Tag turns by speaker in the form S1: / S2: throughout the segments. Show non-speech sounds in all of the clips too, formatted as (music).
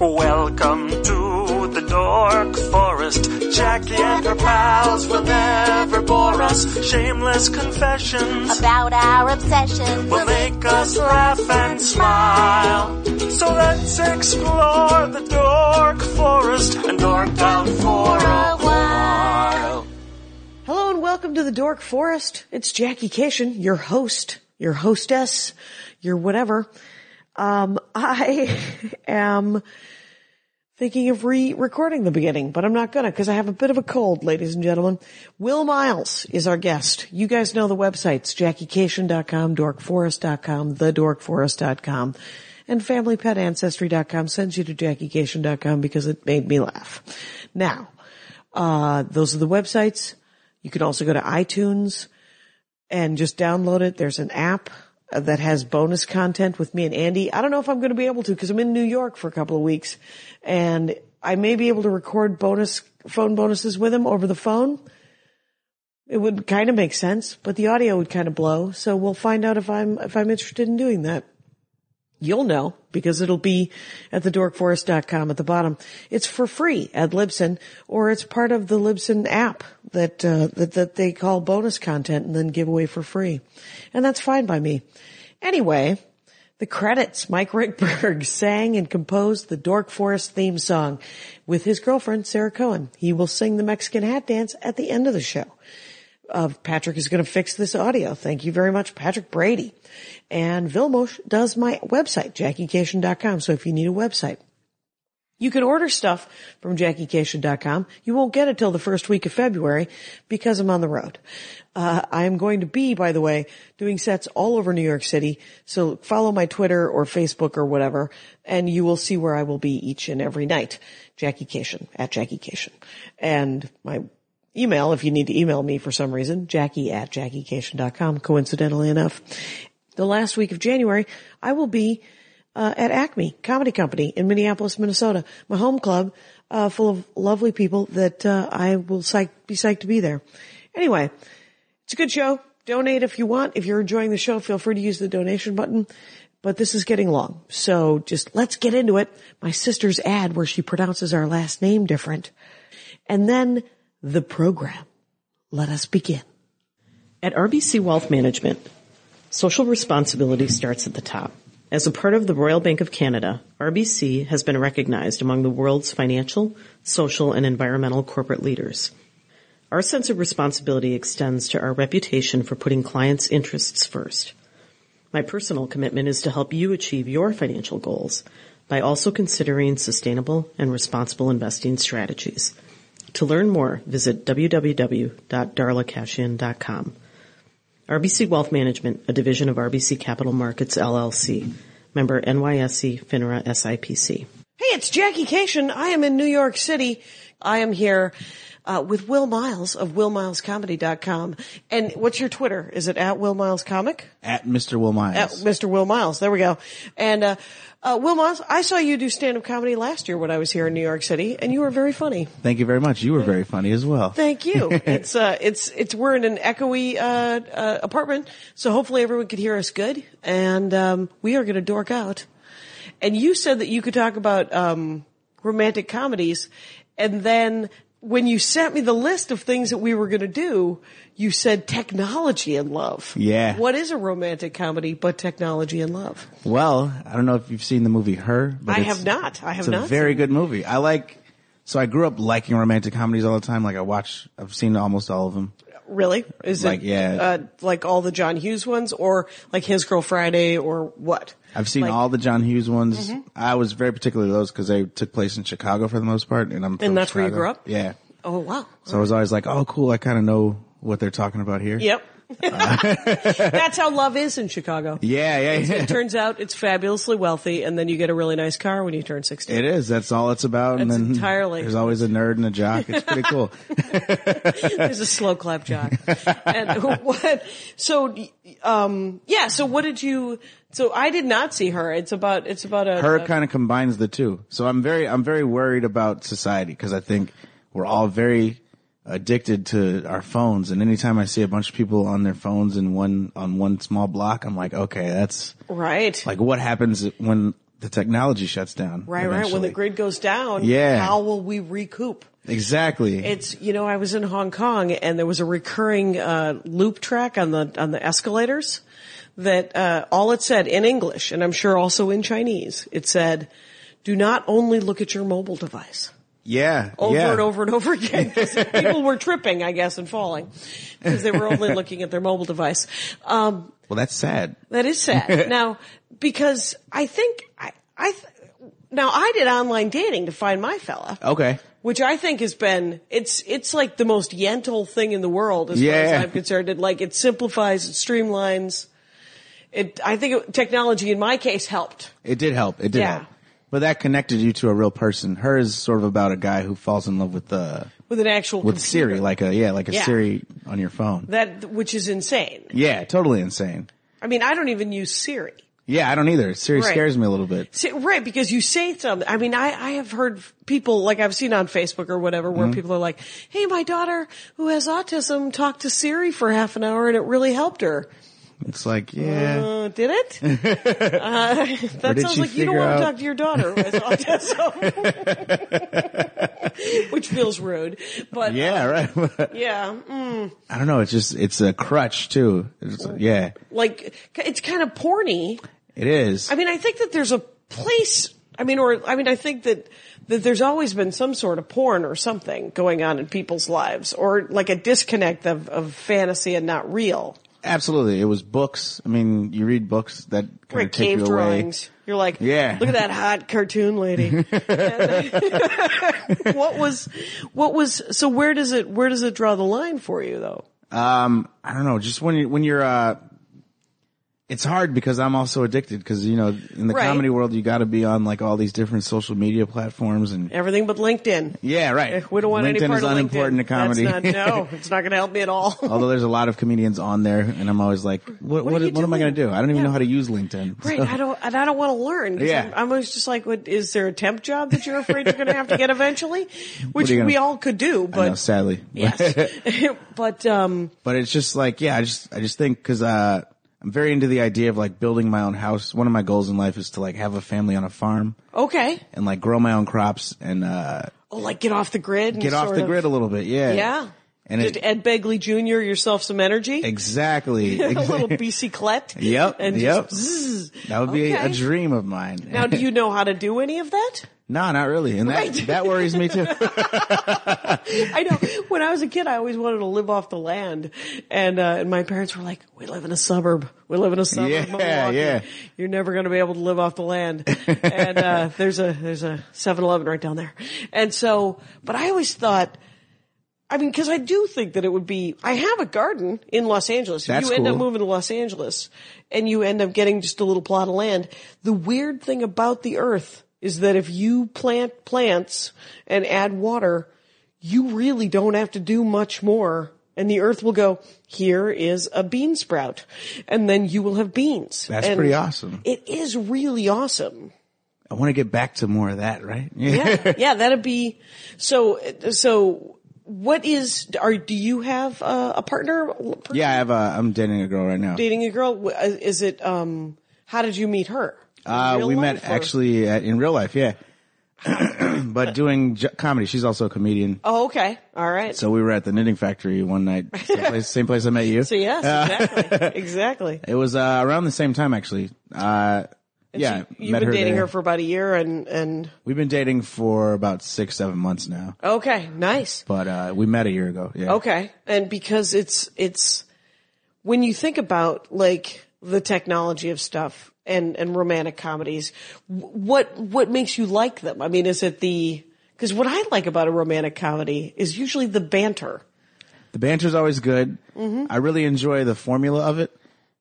S1: Welcome to the Dork Forest. Jackie and her pals will never bore us. Shameless confessions
S2: about our obsession.
S1: will make us laugh and smile. So let's explore the Dork Forest and dork out for a while.
S3: Hello and welcome to the Dork Forest. It's Jackie Cation, your host, your hostess, your whatever. Um, I (laughs) am thinking of re-recording the beginning, but I'm not gonna because I have a bit of a cold, ladies and gentlemen. Will Miles is our guest. You guys know the websites, JackieCation.com, DorkForest.com, TheDorkForest.com, and FamilyPetAncestry.com sends you to JackieCation.com because it made me laugh. Now, uh, those are the websites. You can also go to iTunes and just download it. There's an app uh, that has bonus content with me and Andy. I don't know if I'm going to be able to because I'm in New York for a couple of weeks and I may be able to record bonus phone bonuses with him over the phone. It would kind of make sense, but the audio would kind of blow. So we'll find out if I'm, if I'm interested in doing that. You'll know because it'll be at thedorkforest.com at the bottom. It's for free at Libsyn or it's part of the Libsyn app that, uh, that, that they call bonus content and then give away for free. And that's fine by me. Anyway, the credits. Mike Rickberg (laughs) sang and composed the Dork Forest theme song with his girlfriend, Sarah Cohen. He will sing the Mexican hat dance at the end of the show of Patrick is going to fix this audio. Thank you very much, Patrick Brady. And Vilmos does my website, JackieCation.com. So if you need a website, you can order stuff from JackieCation.com. You won't get it till the first week of February because I'm on the road. Uh, I am going to be, by the way, doing sets all over New York City. So follow my Twitter or Facebook or whatever, and you will see where I will be each and every night. Jackie Cation at Jackie Cation. And my email if you need to email me for some reason, jackie at jackiecation.com, coincidentally enough. The last week of January, I will be uh, at Acme Comedy Company in Minneapolis, Minnesota, my home club, uh, full of lovely people that uh, I will psych- be psyched to be there. Anyway, it's a good show. Donate if you want. If you're enjoying the show, feel free to use the donation button. But this is getting long, so just let's get into it. My sister's ad where she pronounces our last name different and then the program. Let us begin.
S4: At RBC Wealth Management, social responsibility starts at the top. As a part of the Royal Bank of Canada, RBC has been recognized among the world's financial, social, and environmental corporate leaders. Our sense of responsibility extends to our reputation for putting clients' interests first. My personal commitment is to help you achieve your financial goals by also considering sustainable and responsible investing strategies. To learn more, visit www.darlacashian.com. RBC Wealth Management, a division of RBC Capital Markets LLC, member NYSE FINRA SIPC.
S3: Hey, it's Jackie Cation. I am in New York City. I am here uh, with Will Miles of WillMilesComedy.com. And what's your Twitter? Is it at Will Miles Comic?
S5: at Mr. Will
S3: At
S5: Miles.
S3: Mr. Will Miles. There we go. And uh, uh, Will Miles, I saw you do stand-up comedy last year when I was here in New York City, and you were very funny.
S5: Thank you very much. You were very funny as well.
S3: Thank
S5: (laughs)
S3: you. it's uh, it's it's we're in an echoey uh, uh, apartment, so hopefully everyone could hear us good, and um, we are going to dork out. And you said that you could talk about um, romantic comedies, and then when you sent me the list of things that we were going to do, you said technology and love.
S5: Yeah.
S3: What is a romantic comedy but technology and love?
S5: Well, I don't know if you've seen the movie Her. But
S3: I
S5: it's-
S3: have not. I have
S5: It's a
S3: not.
S5: very good movie. I like. So I grew up liking romantic comedies all the time. Like I watch, I've seen almost all of them.
S3: Really? Is
S5: Like,
S3: it
S5: yeah.
S3: uh, like all the John Hughes ones, or like His Girl Friday, or what?
S5: I've seen
S3: Like- Mm-hmm.
S5: all the John Hughes ones. I was very particular to those because they took place in Chicago for the most part, and I'm. from
S3: that's where you
S5: Chicago.
S3: grew up?
S5: Yeah.
S3: Oh wow.
S5: So I was always like, oh, cool. I kind of know what they're talking about here.
S3: Yep. (laughs) That's how love is in Chicago.
S5: Yeah, yeah, yeah.
S3: It turns out it's fabulously wealthy, and then you get a really nice car when you turn 16.
S5: (laughs) It is. That's all it's about. and
S3: That's
S5: then
S3: entirely-
S5: There's always a nerd and a jock. It's
S3: (laughs)
S5: pretty cool.
S3: There's a slow clap job.
S5: (laughs)
S3: and what? So, um, yeah. So what did you? So I did not see her. It's about. It's about a.
S5: her
S3: a-
S5: kind of combines the two. So I'm very, I'm very worried about society because I think we're all very addicted to our phones. And anytime I see a bunch of people on their phones in one, on one small block, I'm like, okay, that's
S3: right.
S5: like what happens when the technology shuts down.
S3: Right, right. When the
S5: eventually.
S3: grid goes down,
S5: Yeah.
S3: how will we recoup?
S5: Exactly.
S3: It's, you know, I was in Hong Kong and there was a recurring, uh, loop track on the, on the escalators that, uh, all it said in English and I'm sure also in Chinese, it said, do not only look at your mobile device.
S5: yeah.
S3: over
S5: yeah.
S3: and over and over again. (laughs) 'Cause People were tripping, I guess, and falling because they were only looking at their mobile device. Um,
S5: Well, that's sad.
S3: that is sad. now, because I think I, I th- now I did online dating to find my fella,
S5: Okay.
S3: which I think has been it's it's like the most yentle thing in the world as far
S5: Yeah.
S3: as I'm concerned. It like it simplifies, it streamlines. It, I think it, technology in my case helped.
S5: It did help. It did
S3: Yeah.
S5: help. But that connected you to a real person. Hers is sort of about a guy who falls in love with uh
S3: With an actual
S5: with
S3: computer.
S5: Siri, like a yeah, like a
S3: Yeah.
S5: Siri on your phone.
S3: that, which is insane.
S5: yeah, totally insane.
S3: I mean, I don't even use Siri.
S5: Yeah, I don't either. Siri
S3: Right.
S5: scares me a little bit.
S3: Say- Right, because you say something. I mean, I, I have heard people, like I've seen on Facebook or whatever,
S5: Mm-hmm.
S3: where people are like, hey, my daughter who has autism talked to Siri for half an hour and it really helped her.
S5: It's like, yeah,
S3: Uh, did
S5: (laughs)
S3: it? uh, (laughs) that
S5: did
S3: sounds
S5: she
S3: like you don't
S5: figure
S3: want
S5: out-
S3: to talk to your daughter who has autism. (laughs) Which feels rude. But yeah,
S5: yeah, right. (laughs)
S3: yeah mm,
S5: I don't know. It's just it's a crutch too. It's, yeah,
S3: like it's kind of porny.
S5: it is.
S3: I mean, I think that there's a place. I mean, or I mean, I think that that there's always been some sort of porn or something going on in people's lives, or like a disconnect of of fantasy and not real.
S5: Absolutely, it was books. I mean, you read books that kind
S3: Right?
S5: of take
S3: Cave
S5: you away.
S3: drawings. You're like,
S5: Yeah.
S3: Look at that hot cartoon
S5: (laughs)
S3: lady. And- (laughs) what was, what was? So where does it where does it draw the line for you though?
S5: Um, I don't know. Just when you when you're, uh, it's hard because I'm also addicted because you know in the
S3: Right.
S5: comedy world you got to be on like all these different social media platforms and
S3: Everything but LinkedIn.
S5: yeah, right.
S3: We don't want
S5: LinkedIn
S3: any part
S5: is
S3: of LinkedIn.
S5: unimportant to comedy.
S3: That's not, no,
S5: (laughs)
S3: it's not going to help me at all.
S5: Although there's a lot of comedians on there, and I'm always like, what what,
S3: are
S5: what,
S3: you
S5: am I
S3: doing?
S5: going to do? I don't even
S3: Yeah.
S5: know how to use LinkedIn.
S3: Right.
S5: So-
S3: I don't, and I don't want to learn. 'cause
S5: Yeah.
S3: I'm, I'm always just like, what, is there a temp job that you're afraid you're going to have to get
S5: (laughs)
S3: eventually? Which
S5: are you gonna-
S3: we all could do,
S5: I know,
S3: but
S5: sadly,
S3: yes. (laughs) but, um,
S5: (laughs) but it's just like yeah i just i just think because uh i'm very into the idea of like building my own house one of my goals in life is to like have a family on a farm
S3: okay.
S5: and like grow my own crops and uh
S3: Oh, like get off the grid. and
S5: get off
S3: sort
S5: the
S3: of-
S5: grid a little bit yeah
S3: Yeah.
S5: and
S3: Just
S5: it,
S3: Ed Begley Jr. yourself some energy. (laughs)
S5: exactly
S3: a little BC Clet.
S5: Yep,
S3: And
S5: yep.
S3: Just, zzz.
S5: (laughs) that would be a
S3: Okay.
S5: dream of mine
S3: now,
S5: (laughs)
S3: do you know how to do any of that?
S5: no not really and that
S3: Right.
S5: that worries me
S3: (laughs)
S5: too
S3: I
S5: (laughs)
S3: know. When I was a kid, I always wanted to live off the land, and uh, and my parents were like, "We live in a suburb. We live in a suburb. of
S5: Yeah,
S3: Milwaukee.
S5: yeah.
S3: You're never going to be able to live off the
S5: (laughs)
S3: land." and uh, there's a there's a 7-Eleven right down there, and so. But I always thought. I mean, because I do think that it would be. I have a garden in Los Angeles. If
S5: That's
S3: you end up
S5: cool.
S3: moving to Los Angeles, and you end up getting just a little plot of land. The weird thing about the Earth is that if you plant plants and add water, you really don't have to do much more. And the earth will go, here is a bean sprout. And then you will have beans.
S5: That's
S3: And
S5: pretty awesome.
S3: It is really awesome.
S5: i want to get back to more of that right
S3: Yeah. (laughs) yeah, that'd be, so, so what is, are, do you have a, a partner?
S5: (laughs) yeah i have a i'm dating a girl right now
S3: Dating a girl? uh, Is it, um, how did you meet her? In
S5: Uh,
S3: real
S5: we met
S3: life or-
S5: actually at, in real life, yeah. (clears throat) but doing j- comedy, she's also a comedian.
S3: Oh, okay. All right. So,
S5: So we were at the knitting factory
S3: (laughs)
S5: one night, same place, same place I met you.
S3: yes,
S5: (laughs)
S3: exactly. exactly.
S5: It was uh, around the same time, actually. Uh, yeah,
S3: You've
S5: met
S3: been dating
S5: there.
S3: her for about a year and, and,
S5: We've been dating for about six, seven months now.
S3: okay, nice.
S5: But uh, we met a year ago. Yeah.
S3: Okay. And because it's, it's, when you think about like the technology of stuff and, and romantic comedies, wh- what, what makes you like them? I mean, is it the, cause what I like about a romantic comedy is usually the banter.
S5: The banter's always good.
S3: Mm-hmm.
S5: I really enjoy the formula of it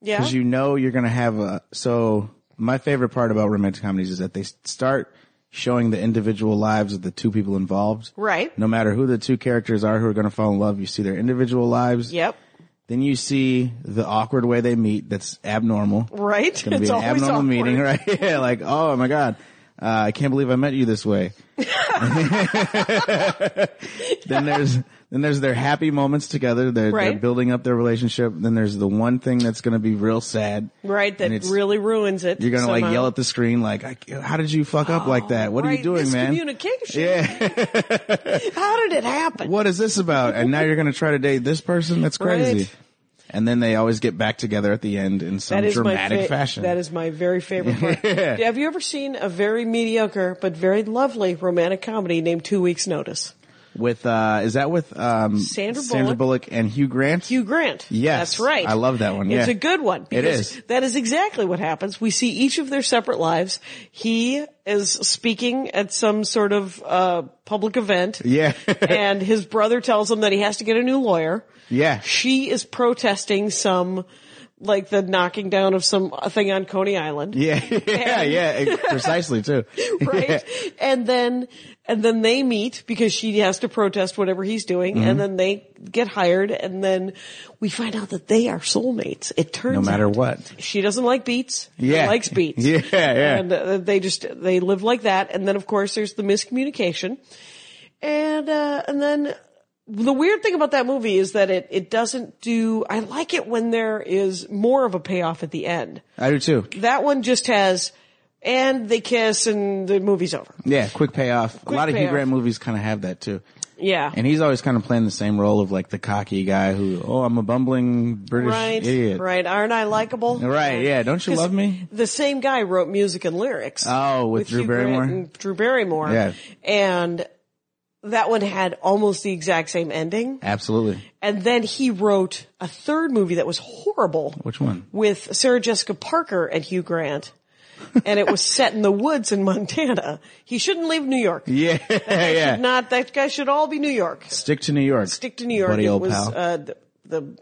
S3: Yeah.
S5: because you know you're going to have a. So my favorite part about romantic comedies is that they start showing the individual lives of the two people involved.
S3: right.
S5: no matter who the two characters are who are going to fall in love, you see their individual lives.
S3: Yep.
S5: Then you see the awkward way they meet. That's abnormal.
S3: Right.
S5: (laughs) It's going to be an abnormal meeting, right? yeah. Like, oh my God. Uh, I can't believe I met you
S3: (laughs)
S5: this way. then there's then there's their happy moments together. They're, they're
S3: Right.
S5: building up their relationship. Then there's the one thing that's going to be real sad.
S3: Right, that
S5: And it's-
S3: really ruins it.
S5: You're gonna like
S3: somehow.
S5: yell at the screen like, I, "How did you fuck up like that? What are you
S3: Right,
S5: doing, man?
S3: miscommunication.
S5: Yeah, (laughs)
S3: How did it happen?
S5: what is this about?" And now you're gonna try to date this person? That's crazy.
S3: Right.
S5: And then they always get back together at the end in some
S3: That is
S5: Um, dramatic
S3: my fa-
S5: fashion.
S3: That is my very
S5: (laughs)
S3: favorite part. Have you ever seen a very mediocre but very lovely romantic comedy named Two Weeks Notice?
S5: with uh, is that with um,
S3: Sandra
S5: Bullock. and Hugh Grant?
S3: Hugh Grant.
S5: Yes.
S3: That's right.
S5: I love that one,
S3: It's
S5: yeah.
S3: a good one. because
S5: is.
S3: That is exactly what happens. We see each of their separate lives. He is speaking at some sort of, uh, public event.
S5: yeah, (laughs)
S3: and his brother tells him that he has to get a new lawyer.
S5: yeah.
S3: She is protesting some, like the knocking down of some thing on Coney Island.
S5: (laughs) Yeah, yeah, yeah, it- precisely too.
S3: (laughs) right? And then, and then they meet because she has to protest whatever he's doing
S5: Mm-hmm.
S3: and then they get hired and then we find out that they are soulmates. It turns
S5: No matter
S3: out
S5: what.
S3: She doesn't like beats. he
S5: Yeah.
S3: likes beats.
S5: (laughs) Yeah, yeah.
S3: And uh, they just, they live like that. And then of course there's the miscommunication. And, uh, and then the weird thing about that movie is that it, it doesn't do, I like it when there is more of a payoff at the end.
S5: I do too.
S3: That one just has, and they kiss and the movie's over.
S5: Yeah, quick payoff. a lot of Hugh
S3: payoff.
S5: Grant movies kind of have that too.
S3: Yeah.
S5: And he's always kind of playing the same role of like the cocky guy who, oh, I'm a bumbling British
S3: right.
S5: idiot.
S3: Right. Aren't I likable?
S5: Right, yeah. Don't you
S3: 'Cause
S5: love me?
S3: The same guy wrote music and lyrics.
S5: Oh, with Drew
S3: Hugh Grant
S5: Barrymore?
S3: and Drew Barrymore.
S5: Yeah.
S3: And that one had almost the exact same ending.
S5: Absolutely.
S3: And then he wrote a third movie that was horrible
S5: Which one?
S3: with Sarah Jessica Parker and Hugh Grant. and it was set in the woods in Montana. He shouldn't leave New York.
S5: Yeah, (laughs) yeah.
S3: Not that guy should all be New York.
S5: Stick to New York.
S3: Stick to New York.
S5: Buddy
S3: it
S5: old
S3: was
S5: pal.
S3: Uh, the, the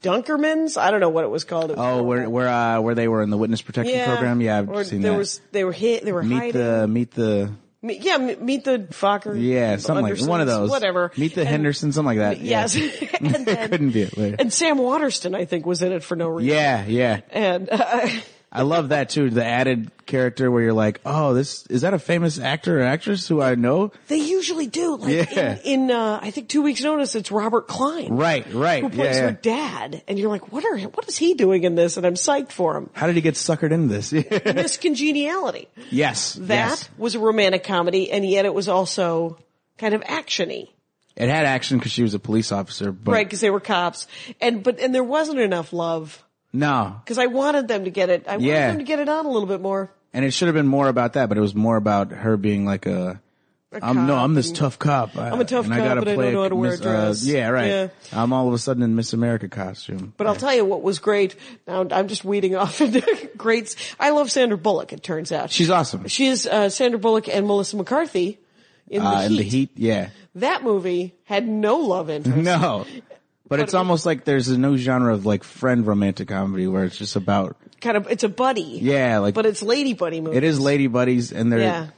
S3: Dunkermans. I don't know what it was called. It was
S5: oh, where where uh, where they were in the witness protection program? Yeah, I've
S3: or
S5: seen
S3: there
S5: that.
S3: was they were hit. They were
S5: meet
S3: hiding.
S5: the meet the
S3: Me- yeah, me- meet the Fokker.
S5: yeah something like
S3: Undersons,
S5: one of those
S3: Whatever.
S5: Meet the
S3: And-
S5: Henderson, something like that. (laughs)
S3: Yes. (laughs)
S5: Yeah.
S3: and, then,
S5: Couldn't be it. Later.
S3: and Sam Waterston, I think, was in it for no reason.
S5: Yeah, yeah.
S3: And
S5: (laughs)
S3: uh,
S5: I love that too. The added character where you're like, oh, this is that a famous actor or actress who I know?
S3: they usually do. Like
S5: Yeah.
S3: in, in uh, I think two weeks' notice, it's Robert Klein.
S5: Right, right.
S3: Who
S5: yeah,
S3: plays
S5: yeah.
S3: her dad, and you're like, what are what is he doing in this? And I'm psyched for
S5: (laughs)
S3: him.
S5: How did he get suckered into this? (laughs)
S3: Miss Congeniality.
S5: yes,
S3: That
S5: yes.
S3: was a romantic comedy, and yet it was also kind of actiony,
S5: It had action because she was a police officer, but
S3: right? Because they were cops, and but and there wasn't enough love
S5: no.
S3: because I wanted them to get it. I wanted
S5: Yeah.
S3: them to get it on a little bit more.
S5: And it should have been more about that, but it was more about her being like a. I'm no,
S3: cop
S5: I'm this
S3: and-
S5: tough cop. I,
S3: I'm a tough
S5: and I
S3: cop,
S5: gotta
S3: but I
S5: play
S3: don't know
S5: a
S3: how to wear a
S5: Miss- uh,
S3: dress.
S5: yeah, right.
S3: Yeah.
S5: I'm all of a sudden in Miss America costume.
S3: But I'll tell you what was great. Now I'm just weeding off (laughs) into greats. I love Sandra Bullock. It turns out
S5: She's awesome.
S3: She is uh, Sandra Bullock and Melissa McCarthy in,
S5: uh,
S3: the,
S5: in
S3: heat.
S5: the heat, yeah.
S3: That movie had no love interest. (laughs)
S5: No. But it's almost like there's a new genre of like friend romantic comedy where it's just about
S3: Kind of, it's a buddy.
S5: Mm-hmm. yeah, like
S3: But it's lady buddy movie.
S5: it is lady buddies and they're
S3: Yeah.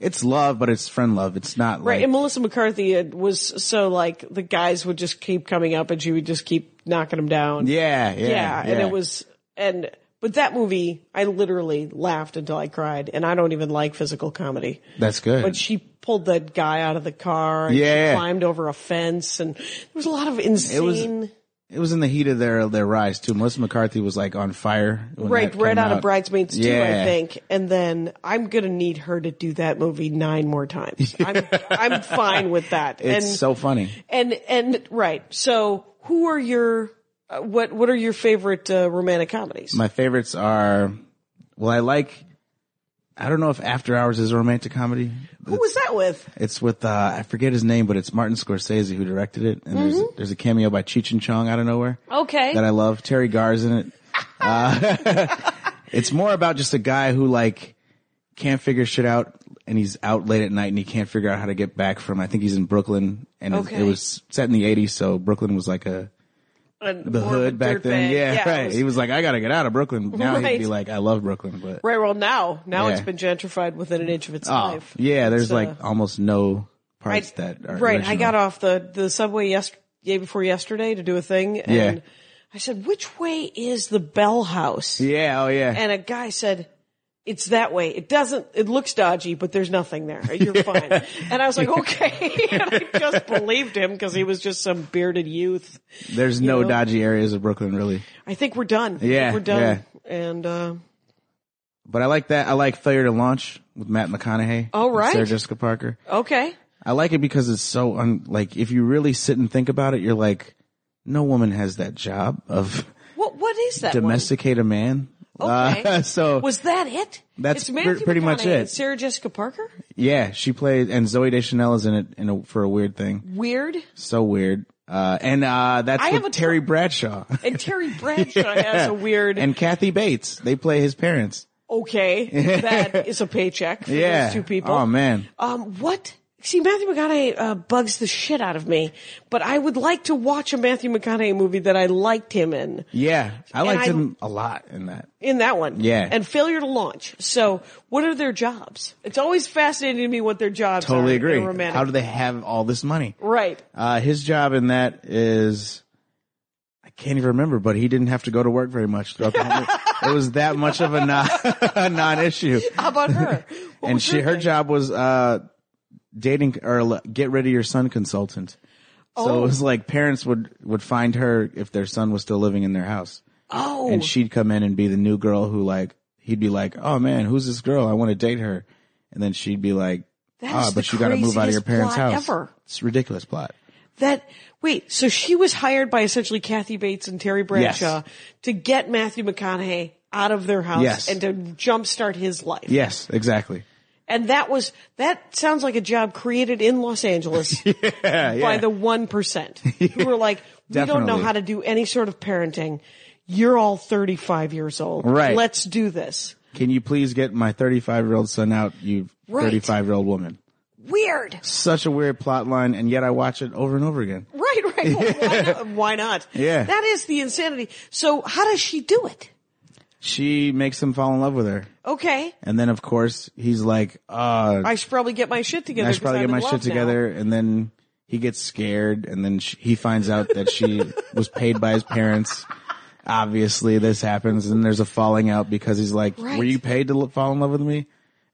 S5: it's love, but it's friend love. It's not
S3: Right,
S5: like
S3: and Melissa McCarthy uh, was so like the guys would just keep coming up and she would just keep knocking them down.
S5: yeah, yeah,
S3: yeah, and it was and but that movie I literally laughed until I cried, and I don't even like physical comedy.
S5: that's good.
S3: But she pulled that guy out of the car. And
S5: Yeah.
S3: she climbed over a fence, and there was a lot of insane.
S5: it was in the heat of their their rise too. Melissa McCarthy was like on fire. when
S3: Right,
S5: that
S3: right
S5: came
S3: out of Bridesmaids too,
S5: Yeah.
S3: I think. And then I'm gonna need her to do that movie nine more times. I'm, I'm fine with that.
S5: (laughs) It's
S3: and
S5: so funny.
S3: And and right. So who are your uh, what what are your favorite uh, romantic comedies?
S5: My favorites are well, I like. I don't know if After Hours is a romantic comedy.
S3: who was that with?
S5: It's with uh, I forget his name, but it's Martin Scorsese who directed it, and there's there's a cameo by Cheech and Chong out of nowhere
S3: Mm-hmm. Okay.
S5: that I love. Terry Garr's in
S3: (laughs)
S5: it. Uh, (laughs) it's more about just a guy who like can't figure shit out, and he's out late at night, and he can't figure out how to get back from. I think he's in Brooklyn, and it-
S3: Okay.
S5: it was set in the '80s, so Brooklyn was like a
S3: And
S5: the
S3: more of a
S5: hood back then.
S3: dirtbag.
S5: Yeah,
S3: it
S5: right.
S3: was-
S5: he was like, I gotta get out
S3: (laughs)
S5: of Brooklyn. Now he'd
S3: Right.
S5: be like, I love Brooklyn, but
S3: right. Well, now now
S5: Yeah.
S3: it's been gentrified within an inch of its
S5: Oh,
S3: life.
S5: yeah, there's
S3: It's,
S5: like
S3: uh,
S5: almost no
S3: I-
S5: parts that are
S3: right. I
S5: original.
S3: got off the the subway yesterday, day before yesterday, to do a thing, and
S5: Yeah.
S3: I said, "Which way is the Bell House?"
S5: Yeah, oh yeah.
S3: And a guy said, it's that way. It doesn't, it looks dodgy, but there's nothing
S5: (laughs)
S3: there. You're fine. And I was like, okay. (laughs) and I just believed him because he was just some bearded youth.
S5: There's no
S3: know?
S5: dodgy areas of Brooklyn, really.
S3: I think we're done. I think
S5: Yeah,
S3: We're done. And, uh,
S5: But I like that. I like Failure to Launch with Matt McConaughey.
S3: All Oh,
S5: and
S3: right.
S5: Sarah Jessica Parker.
S3: okay.
S5: I like it because it's so un, like, if you really sit and think about it, you're like, no woman has that job of
S3: What, what is (laughs) that? one?
S5: domesticate a man.
S3: Okay.
S5: Uh, (laughs) so
S3: Was that it?
S5: That's
S3: It's Matthew
S5: pre- pretty much
S3: McConaughey
S5: it.
S3: and Sarah Jessica Parker?
S5: yeah, she played, and Zoe Deschanel is in it in a, for a weird thing.
S3: Weird.
S5: So weird. Uh, and, uh, that's
S3: I
S5: with
S3: have a t- (laughs)
S5: Terry Bradshaw.
S3: And
S5: (laughs)
S3: Terry Bradshaw has a weird.
S5: and Kathy Bates. They play his parents. (laughs)
S3: okay, that is a paycheck for
S5: Yeah.
S3: those two people.
S5: Oh man.
S3: Um, what? See, Matthew McConaughey uh, bugs the shit out of me, but I would like to watch a Matthew McConaughey movie that I liked him in,
S5: Yeah. I
S3: And
S5: liked
S3: I-
S5: him a lot in that.
S3: in that one.
S5: Yeah.
S3: And Failure to Launch. So, what are their jobs? It's always fascinating to me what their jobs are.
S5: Totally
S3: in
S5: agree.
S3: romantic.
S5: How do they have all this money?
S3: right.
S5: Uh, his job in that is, I can't even remember, but he didn't have to go to work very much throughout the
S3: (laughs)
S5: whole movie. It was that much of a non, (laughs) a non-issue.
S3: How about her? What
S5: (laughs) and
S3: was
S5: she, her
S3: thing?
S5: job was, uh, dating or l- get rid of your son consultant. So it
S3: Oh.
S5: was like parents would, would find her if their son was still living in their house.
S3: Oh,
S5: and she'd come in and be the new girl who like he'd be like, "Oh man, who's this girl? I want to date her," and then she'd be like,
S3: That
S5: "Ah,
S3: is
S5: but
S3: the
S5: you got to move out of your
S3: craziest
S5: parents'
S3: plot
S5: house."
S3: ever.
S5: It's a ridiculous plot.
S3: That wait, so she was hired by essentially Kathy Bates and Terry Bradshaw to get Matthew McConaughey out of their house
S5: Yes.
S3: and to jumpstart his life.
S5: Yes, exactly.
S3: And that was that sounds like a job created in Los
S5: (laughs)
S3: Angeles by the one percent who were like, We don't know
S5: Definitely.
S3: how to do any sort of parenting. You're all thirty five years old.
S5: Right.
S3: Let's do this.
S5: Can you please get my 35 year old son out? You
S3: Right.
S5: 35 year old woman.
S3: Weird. (laughs)
S5: Such a weird plot line, and yet I watch it over and over again.
S3: Right, right. Well,
S5: (laughs)
S3: why, not? why not?
S5: Yeah.
S3: That is the insanity. So how does she do it?
S5: She makes him fall in love with her,
S3: Okay.
S5: and then of course he's like, "Uh,
S3: I should probably get my shit together.
S5: I should
S3: 'cause
S5: probably
S3: I'm
S5: get my
S3: in
S5: shit
S3: love now.
S5: together. And then he gets scared, and then she, he finds out
S3: (laughs)
S5: that she was paid by his parents. Obviously, this happens, and there's a falling out because he's like,
S3: Right.
S5: "Were you paid to l- fall in love with me?"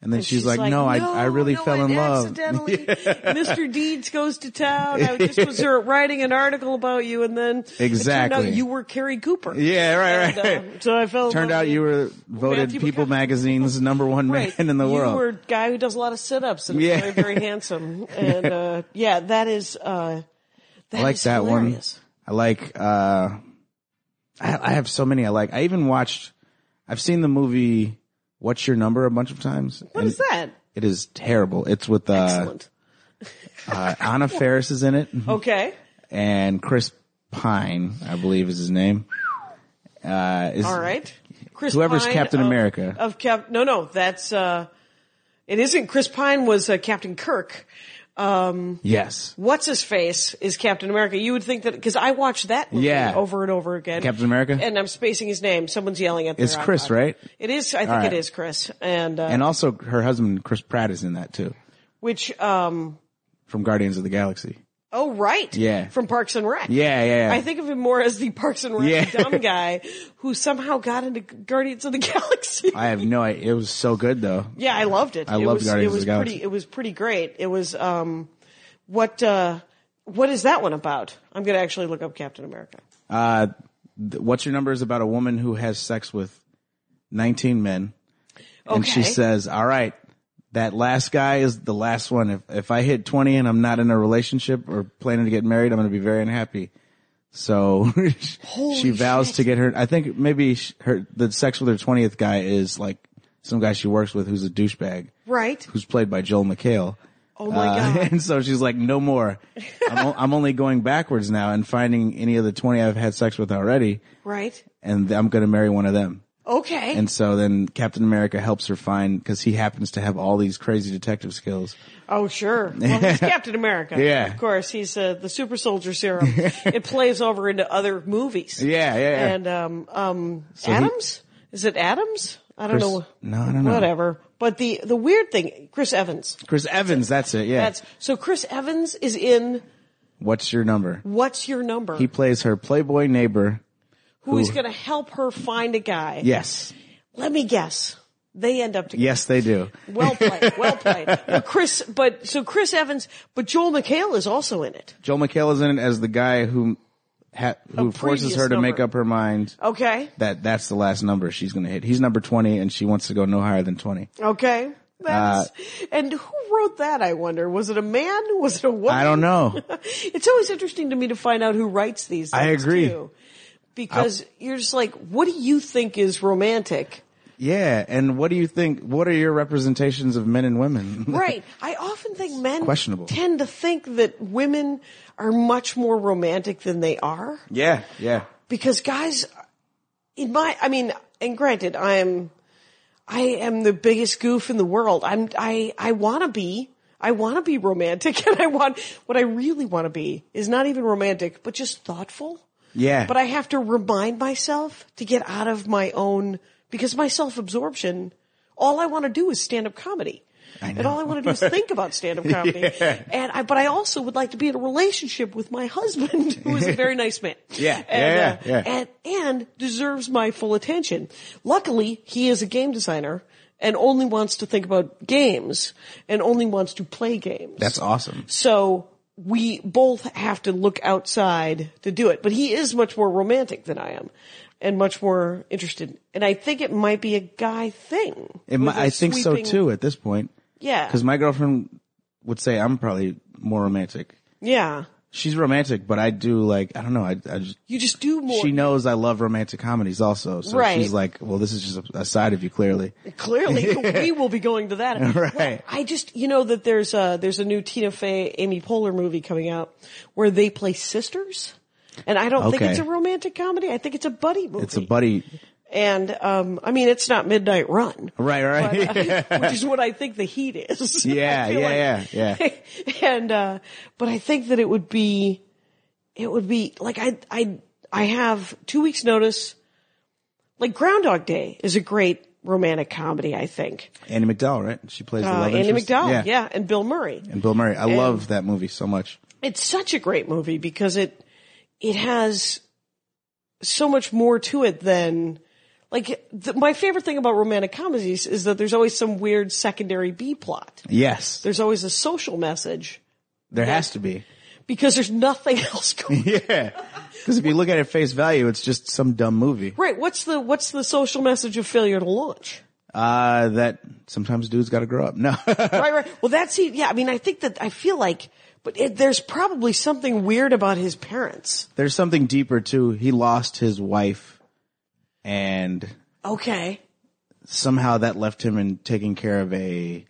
S5: And then she's, like, no, I, I really
S3: no,
S5: fell
S3: I
S5: in love." (laughs)
S3: Accidentally, Mr. Deeds goes to town. I just was there writing an article about you, and then it turned
S5: Exactly.
S3: out you were Carrie Cooper.
S5: Yeah, right,
S3: And,
S5: (laughs) right.
S3: um, so I felt
S5: Turned out you were voted
S3: Matthew
S5: People
S3: McConaughey.
S5: Magazine's number one
S3: right.
S5: man in the
S3: you
S5: world.
S3: were a guy who does a lot of sit-ups and is
S5: Yeah.
S3: very very
S5: (laughs)
S3: handsome. And uh, yeah, that is. Uh,
S5: I like
S3: is
S5: that
S3: hilarious.
S5: one. I like. uh I, I have so many. I like. I even watched. I've seen the movie "What's Your Number" a bunch of times.
S3: What is that?
S5: It is terrible. It's with uh,
S3: Excellent.
S5: uh Anna Ferris is in it
S3: Okay.
S5: and Chris Pine, I believe is his name. Uh is
S3: All right. Chris
S5: whoever's
S3: Pine
S5: Captain
S3: of-
S5: America.
S3: Of Cap No, no, that's uh it isn't Chris Pine was uh, Captain Kirk. Um
S5: Yes.
S3: what's his face is Captain America. You would think that cuz I watched that movie
S5: Yeah.
S3: over and over again.
S5: Captain America?
S3: And I'm spacing his name. Someone's yelling at me.
S5: It's Chris, right?
S3: It is I think
S5: right.
S3: it is Chris. And, uh,
S5: And also her husband Chris Pratt is in that too
S3: which um
S5: from Guardians of the Galaxy.
S3: oh right.
S5: Yeah.
S3: From Parks and Rec.
S5: Yeah, yeah. yeah.
S3: I think of him more as the Parks and Rec
S5: Yeah. (laughs)
S3: dumb guy who somehow got into Guardians of the Galaxy.
S5: I have no idea. It was so good though.
S3: Yeah, I loved it.
S5: I
S3: it
S5: loved
S3: was,
S5: Guardians
S3: it
S5: of
S3: was
S5: the Galaxy.
S3: pretty. It was pretty great. It was um, what uh, what is that one about? I'm gonna actually look up Captain America.
S5: Uh, th- what's your number is about a woman who has sex with 19 men. And she
S3: Okay.
S5: says, all right, that last guy is the last one. If, if I hit 20 and I'm not in a relationship or planning to get married, I'm going to be very unhappy. So (laughs) she vows to get her, I think maybe sh- her, the sex with her 20th guy is like some guy she works with who's a douchebag,
S3: Right?
S5: who's played by Joel McHale.
S3: Oh my
S5: Uh,
S3: god!
S5: (laughs) and so she's like, no more. I'm, o- I'm only going backwards now and finding any of the 20 I've had sex with already,
S3: Right?
S5: and I'm going to marry one of them.
S3: Okay.
S5: And so then Captain America helps her find, cause he happens to have all these crazy detective skills.
S3: oh sure. Well,
S5: (laughs)
S3: he's Captain America.
S5: Yeah.
S3: Of course, he's uh, the super soldier serum.
S5: (laughs)
S3: it plays over into other movies.
S5: Yeah, yeah, yeah.
S3: And um, um,
S5: he-
S3: Adams? is it Adams? I don't
S5: Chris-
S3: know.
S5: no, I don't know.
S3: Whatever. But the the weird thing, Chris Evans.
S5: Chris Evans, that's it, yeah.
S3: That's so. Chris Evans is in.
S5: What's your number?
S3: What's your number?
S5: He plays her Playboy neighbor.
S3: who is going to help her find a guy.
S5: Yes.
S3: Let me guess. They end up together.
S5: Yes, they do.
S3: Well played. Well
S5: (laughs)
S3: played. Now, Chris, but so Chris Evans, but Joel McHale is also in it.
S5: Joel McHale is in it as the guy who ha- who
S3: A
S5: forces
S3: previous
S5: her to
S3: number.
S5: make up her mind
S3: Okay.
S5: that that's the last number she's going to hit. He's number 20 and she wants to go no higher than 20.
S3: Okay. That's,
S5: Uh,
S3: and who wrote that, I wonder? Was it a man? Was it a woman?
S5: I don't know.
S3: (laughs) It's always interesting to me to find out who writes these things.
S5: I agree.
S3: Too, because you're just like, what do you think is
S5: (laughs)
S3: romantic?
S5: yeah, and what do you think what are your representations of men and women? (laughs)
S3: Right. I often think men
S5: questionable.
S3: tend to think that women are much more romantic than they are
S5: yeah, yeah.
S3: because guys in my I mean, and granted, I'm I am the biggest goof in the world. I'm I I want to be I want to be romantic (laughs) and I want what I really want to be is not even romantic, but just thoughtful.
S5: Yeah.
S3: But I have to remind myself to get out of my own because my self-absorption. All I want to do is stand-up comedy. And all I want to do is think about
S5: (laughs)
S3: stand-up comedy. And I, but I also would like to be in a relationship with my husband, (laughs) who is a very nice man.
S5: (laughs) Yeah.
S3: And, uh,
S5: Yeah, yeah.
S3: And, and deserves my full attention. Luckily, he is a game designer and only wants to think about games and only wants to play games.
S5: That's awesome.
S3: So we both have to look outside to do it. But he is much more romantic than I am and much more interested. And I think it might be a guy thing.
S5: It, mi-
S3: With a
S5: I think
S3: sweeping-
S5: so too at this point.
S3: Yeah.
S5: Cuz my girlfriend would say I'm probably more romantic.
S3: yeah.
S5: She's romantic, but I do like I don't know, I, I just
S3: You just do more.
S5: she knows I love romantic comedies also. So
S3: Right.
S5: she's like, well, this is just a, a side of you, clearly. (laughs)
S3: Clearly, we will be going to that.
S5: Right.
S3: Well, I just, you know that there's a, there's a new Tina Fey, Amy Poehler movie coming out where they play sisters. And I don't think
S5: Okay.
S3: it's a romantic comedy. I think it's a buddy movie.
S5: It's a buddy.
S3: And, um, I mean, it's not Midnight Run.
S5: Right, right. (laughs)
S3: which is what I think the heat is. (laughs)
S5: Yeah,
S3: I feel
S5: yeah,
S3: (laughs)
S5: yeah,
S3: And uh, but I think that it would be, it would be like I I I have two weeks notice. Like Groundhog Day is a great romantic comedy. I think
S5: Annie McDowell, right? She plays the
S3: uh,
S5: love
S3: Andy
S5: interest.
S3: McDowell, yeah. and Bill Murray.
S5: And Bill Murray. I love that movie so much.
S3: It's such a great movie because it it has so much more to it than. Like the, my favorite thing about romantic comedies is that there's always some weird secondary B plot.
S5: Yes,
S3: There's always a social message
S5: there has to be.
S3: because there's nothing (laughs) else going.
S5: (laughs) Yeah, because if you look at it face value, it's just some dumb movie.
S3: Right. What's the what's the social message of failure to launch?
S5: Uh that sometimes dudes got to grow up. No, (laughs)
S3: Right. Right. Well, that's it. Yeah. I mean, I think that I feel like, but it, there's probably something weird about his parents.
S5: there's something deeper too. He lost his wife, and
S3: Okay.
S5: somehow that left him in taking care of a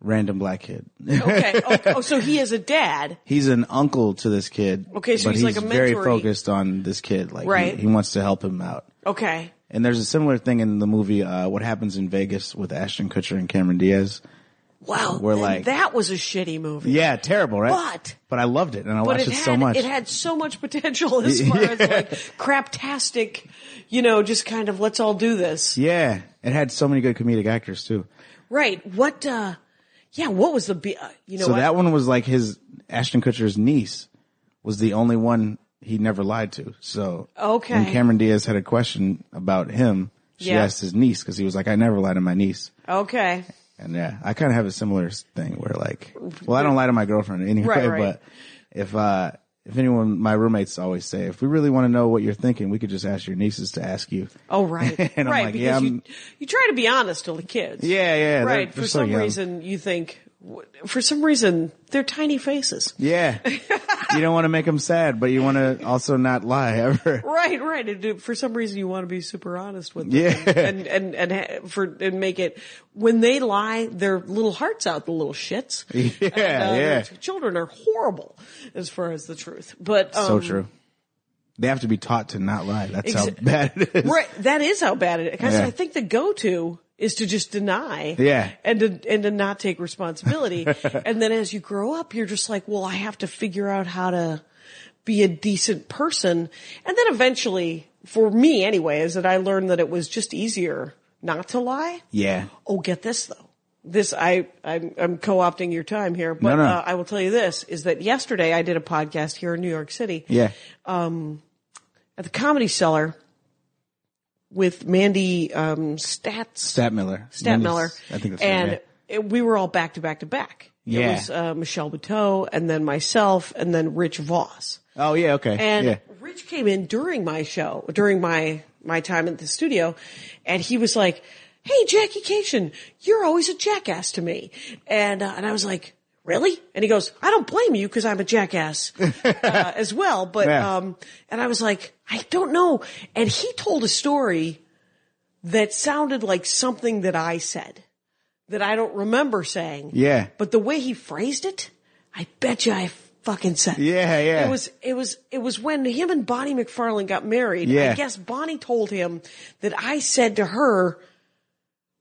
S5: random black kid.
S3: Okay. oh, oh, so he is a dad.
S5: (laughs) he's an uncle to this kid.
S3: Okay, so
S5: but
S3: he's like a
S5: very
S3: mentor-y.
S5: focused on this kid. Like he-
S3: Right.
S5: he wants to help him out.
S3: Okay.
S5: And there's a similar thing in the movie uh, "What Happens in Vegas" with Ashton Kutcher and Cameron Diaz.
S3: Wow.
S5: We're
S3: then
S5: like-
S3: that was a shitty movie.
S5: Yeah, terrible, right?
S3: But-
S5: but I loved it, and I
S3: But
S5: watched
S3: it
S5: it,
S3: had
S5: so much.
S3: it had so much potential
S5: (laughs)
S3: as far as like craptastic, you know, just kind of let's all do this.
S5: yeah, it had so many good comedic actors too.
S3: Right. What? uh Yeah. What was the? Be- uh, you know.
S5: so
S3: what?
S5: that one was like his Ashton Kutcher's niece was the only one he never lied to. So
S3: Okay.
S5: when Cameron Diaz had a question about him, she
S3: Yeah.
S5: asked his niece because he was like, "I never lied to my niece."
S3: Okay.
S5: And yeah, I kind of have a similar thing where like, well, I don't lie to my girlfriend anyway,
S3: Right, right.
S5: (laughs) but if, uh, if anyone, my roommates always say, if we really want to know what you're thinking, we could just ask your nieces to ask you.
S3: Oh, right.
S5: (laughs) And I'm
S3: right.
S5: like,
S3: because
S5: yeah,
S3: you,
S5: I'm-
S3: you try to be honest to the kids.
S5: Yeah, yeah. they're-
S3: Right.
S5: they're
S3: For
S5: so
S3: some
S5: young.
S3: reason, you think, for some reason, they're tiny faces.
S5: Yeah. you don't want to make them sad, but you want to also not lie (laughs) ever.
S3: Right, right. And do- for some reason, you want to be super honest with them.
S5: Yeah.
S3: And, and, and ha- for, and make it, when they lie, their little hearts out, the little shits.
S5: Yeah,
S3: And, uh,
S5: yeah.
S3: their Children are horrible as far as the truth. But, um,
S5: so true. They have to be taught to not lie. That's how
S3: Exa-
S5: bad it is.
S3: Right. That is how bad it is. 'Cause
S5: Yeah.
S3: I think the go-to is to just deny.
S5: Yeah.
S3: And to, and to not take
S5: (laughs)
S3: responsibility. and then as you grow up, you're just like, well, I have to figure out how to be a decent person. And then eventually, for me anyway, is that I learned that it was just easier not to lie.
S5: Yeah.
S3: Oh, get this though. This I I'm, I'm co-opting your time here, but
S5: No, no.
S3: Uh, I will tell you this is that yesterday I did a podcast here in New York City
S5: Yeah.
S3: at the Comedy Cellar with Mandy um, Stats
S5: Statmiller.
S3: Statmiller.
S5: I think that's her
S3: and
S5: name.
S3: it- we were all back to back to back.
S5: Yeah.
S3: It was uh, Michelle Buteau and then myself and then Rich Voss.
S5: Oh yeah, okay.
S3: And
S5: yeah.
S3: Rich came in during my show, during my my time at the studio, and he was like, "Hey, Jackie Cation, you're always a jackass to me," and uh, and I was like. Really? And he goes, I don't blame you because I'm a
S5: (laughs)
S3: jackass uh, as well. But
S5: Yeah.
S3: um, and I was like, I don't know. And he told a story that sounded like something that I said that I don't remember saying.
S5: Yeah.
S3: But the way he phrased it, I bet you I fucking said. it.
S5: Yeah, yeah.
S3: It was it was it was when him and Bonnie McFarlane got married.
S5: Yeah.
S3: I guess Bonnie told him that I said to her,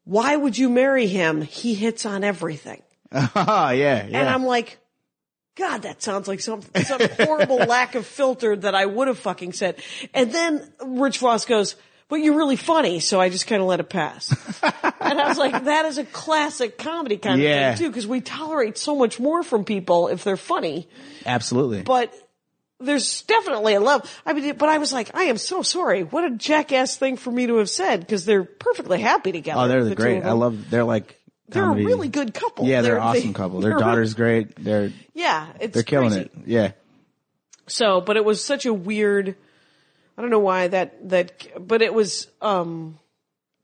S3: "Why would you marry him? He hits on everything."
S5: (laughs) Oh, yeah,
S3: And
S5: yeah.
S3: I'm like, God, that sounds like some some horrible (laughs) lack of filter that I would have fucking said. And then Rich Voss goes, "But you're really funny," so I just kind of let it
S5: (laughs)
S3: pass. and I was like, "That is a classic comedy kind
S5: Yeah.
S3: of thing too, because we tolerate so much more from people if they're funny."
S5: Absolutely.
S3: But there's definitely a level. I mean, but I was like, I am so sorry. What a jackass thing for me to have said because they're perfectly happy together.
S5: oh, they're
S3: the
S5: the
S3: two
S5: great.
S3: of
S5: I
S3: them.
S5: love. They're like.
S3: They're
S5: comedy.
S3: a really good couple.
S5: Yeah, they're, an
S3: they- (laughs)
S5: awesome couple. Their
S3: they're really-
S5: daughter's great. They're
S3: yeah, it's
S5: they're killing
S3: crazy.
S5: it. Yeah.
S3: So, but it was such a weird. I don't know why that that, but it was. um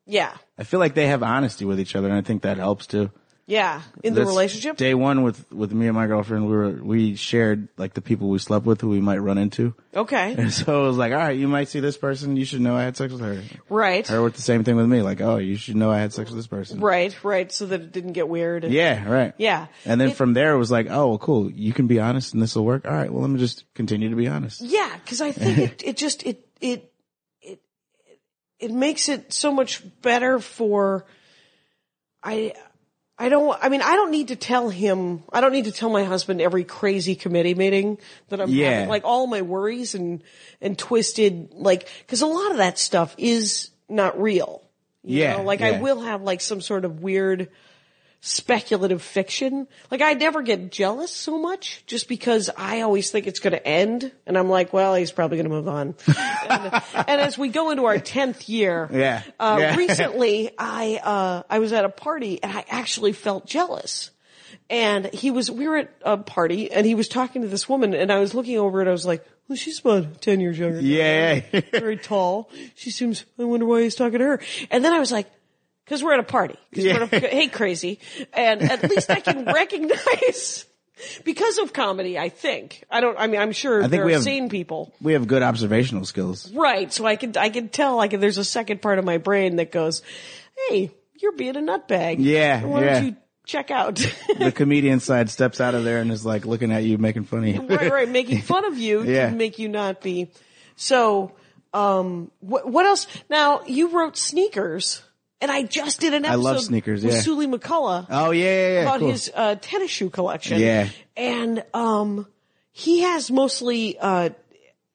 S3: Yeah,
S5: I feel like they have honesty with each other, and I think that helps too.
S3: yeah. In the
S5: That's-
S3: relationship,
S5: day one with with me and my girlfriend, we were we shared like the people we slept with who we might run into, (laughs)
S3: okay,
S5: and so it was like, all right, you might see this person, you should know I had sex with her.
S3: right,
S5: Her with the same thing with me, like, oh, you should know I had sex with this person.
S3: right, right. So that it didn't get weird. and-
S5: Yeah, right.
S3: Yeah.
S5: And then
S3: It-
S5: from there, it was like, oh, well, cool. You can be honest, and this will work. All right. Well, let me just continue to be honest.
S3: Yeah, because I think it, it just it it it it makes it so much better for I I don't I mean I don't need to tell him I don't need to tell my husband every crazy committee meeting that I'm
S5: Yeah.
S3: having like all my worries and and twisted like because a lot of that stuff is not real. You
S5: Yeah,
S3: know, like I
S5: yeah.
S3: will have like some sort of weird speculative fiction. Like I never get jealous so much just because I always think it's going to end and I'm like, well, he's probably going to move on. and, and as we go into our 10th year,
S5: (laughs) Yeah,
S3: uh,
S5: yeah.
S3: recently I, uh, I was at a party and I actually felt jealous. And he was, we were at a party and he was talking to this woman and I was looking over and I was like, well, she's about 10 years younger. than
S5: Yeah. (laughs)
S3: very tall. She seems, I wonder why he's talking to her. And then I was like, cause we're at a party. 'Cause we're at a- (laughs) hey, crazy. And at least I
S5: (laughs)
S3: can recognize because of comedy, I think. I don't, I mean, I'm sure
S5: think
S3: there
S5: we
S3: are
S5: have-
S3: sane people.
S5: we have good observational skills.
S3: Right. So I can, I can tell, like, there's a second part of my brain that goes, hey, you're being a nutbag.
S5: Yeah,
S3: Why don't
S5: yeah.
S3: you check out? (laughs)
S5: The comedian side steps out of there and is like looking at you, making funny.
S3: right, right, making fun of you
S5: Yeah.
S3: to make you not be. So, um, what, what else? Now you wrote sneakers, and I just did an episode.
S5: love sneakers,
S3: With
S5: yeah.
S3: Sully McCullough
S5: (laughs) oh yeah, yeah, yeah.
S3: about
S5: cool.
S3: his uh, tennis shoe collection.
S5: Yeah.
S3: and um, he has mostly uh,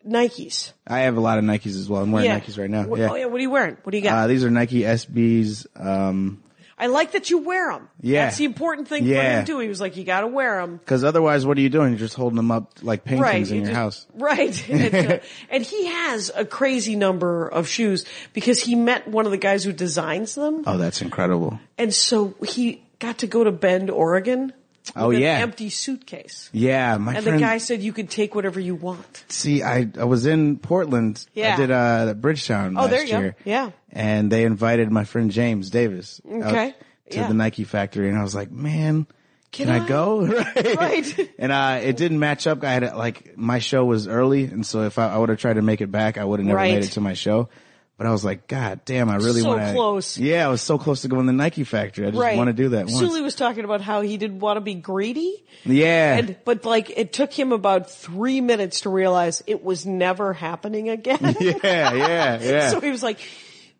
S3: Nikes.
S5: I have a lot of Nikes as well. I'm wearing Nikes right now.
S3: What-
S5: yeah.
S3: Oh yeah. What are you wearing? What do you got?
S5: Uh, these are Nike SBs. Um,
S3: I like that you wear them.
S5: Yeah.
S3: that's the important thing for
S5: Yeah.
S3: him too. He was like, you got to wear them.
S5: cause otherwise what are you doing? You're just holding them up like paintings
S3: right you
S5: in your
S3: just-
S5: house.
S3: (laughs) right and, uh, and he has a crazy number of shoes because he met one of the guys who designs them
S5: Oh, that's incredible.
S3: and so he got to go to bend oregon with
S5: Oh,
S3: an
S5: yeah.
S3: empty suitcase
S5: Yeah. My
S3: and
S5: friend,
S3: the guy said you could take whatever you want
S5: see, I, I was in Portland. I
S3: Yeah.
S5: did, uh, the Bridgetown
S3: Oh,
S5: last
S3: there you go.
S5: year.
S3: Yeah.
S5: And they invited my friend James Davis. out
S3: Okay.
S5: To
S3: Yeah.
S5: the Nike factory. And I was like, man, can, I,
S3: I?"
S5: go? (laughs) right.
S3: Right.
S5: And, uh, it didn't match up. I had like, my show was early. And so if I, I would have tried to make it back, I would have never
S3: Right.
S5: made it to my show. But I was like, God damn, I really
S3: So
S5: want to.
S3: close.
S5: Yeah, I was so close to going to the Nike factory. I just
S3: right
S5: want to do that once.
S3: Sully was talking about how he didn't want to be greedy
S5: yeah.
S3: and but like it took him about three minutes to realize it was never happening again
S5: (laughs) (laughs)
S3: (laughs)
S5: yeah, yeah, yeah.
S3: so he was like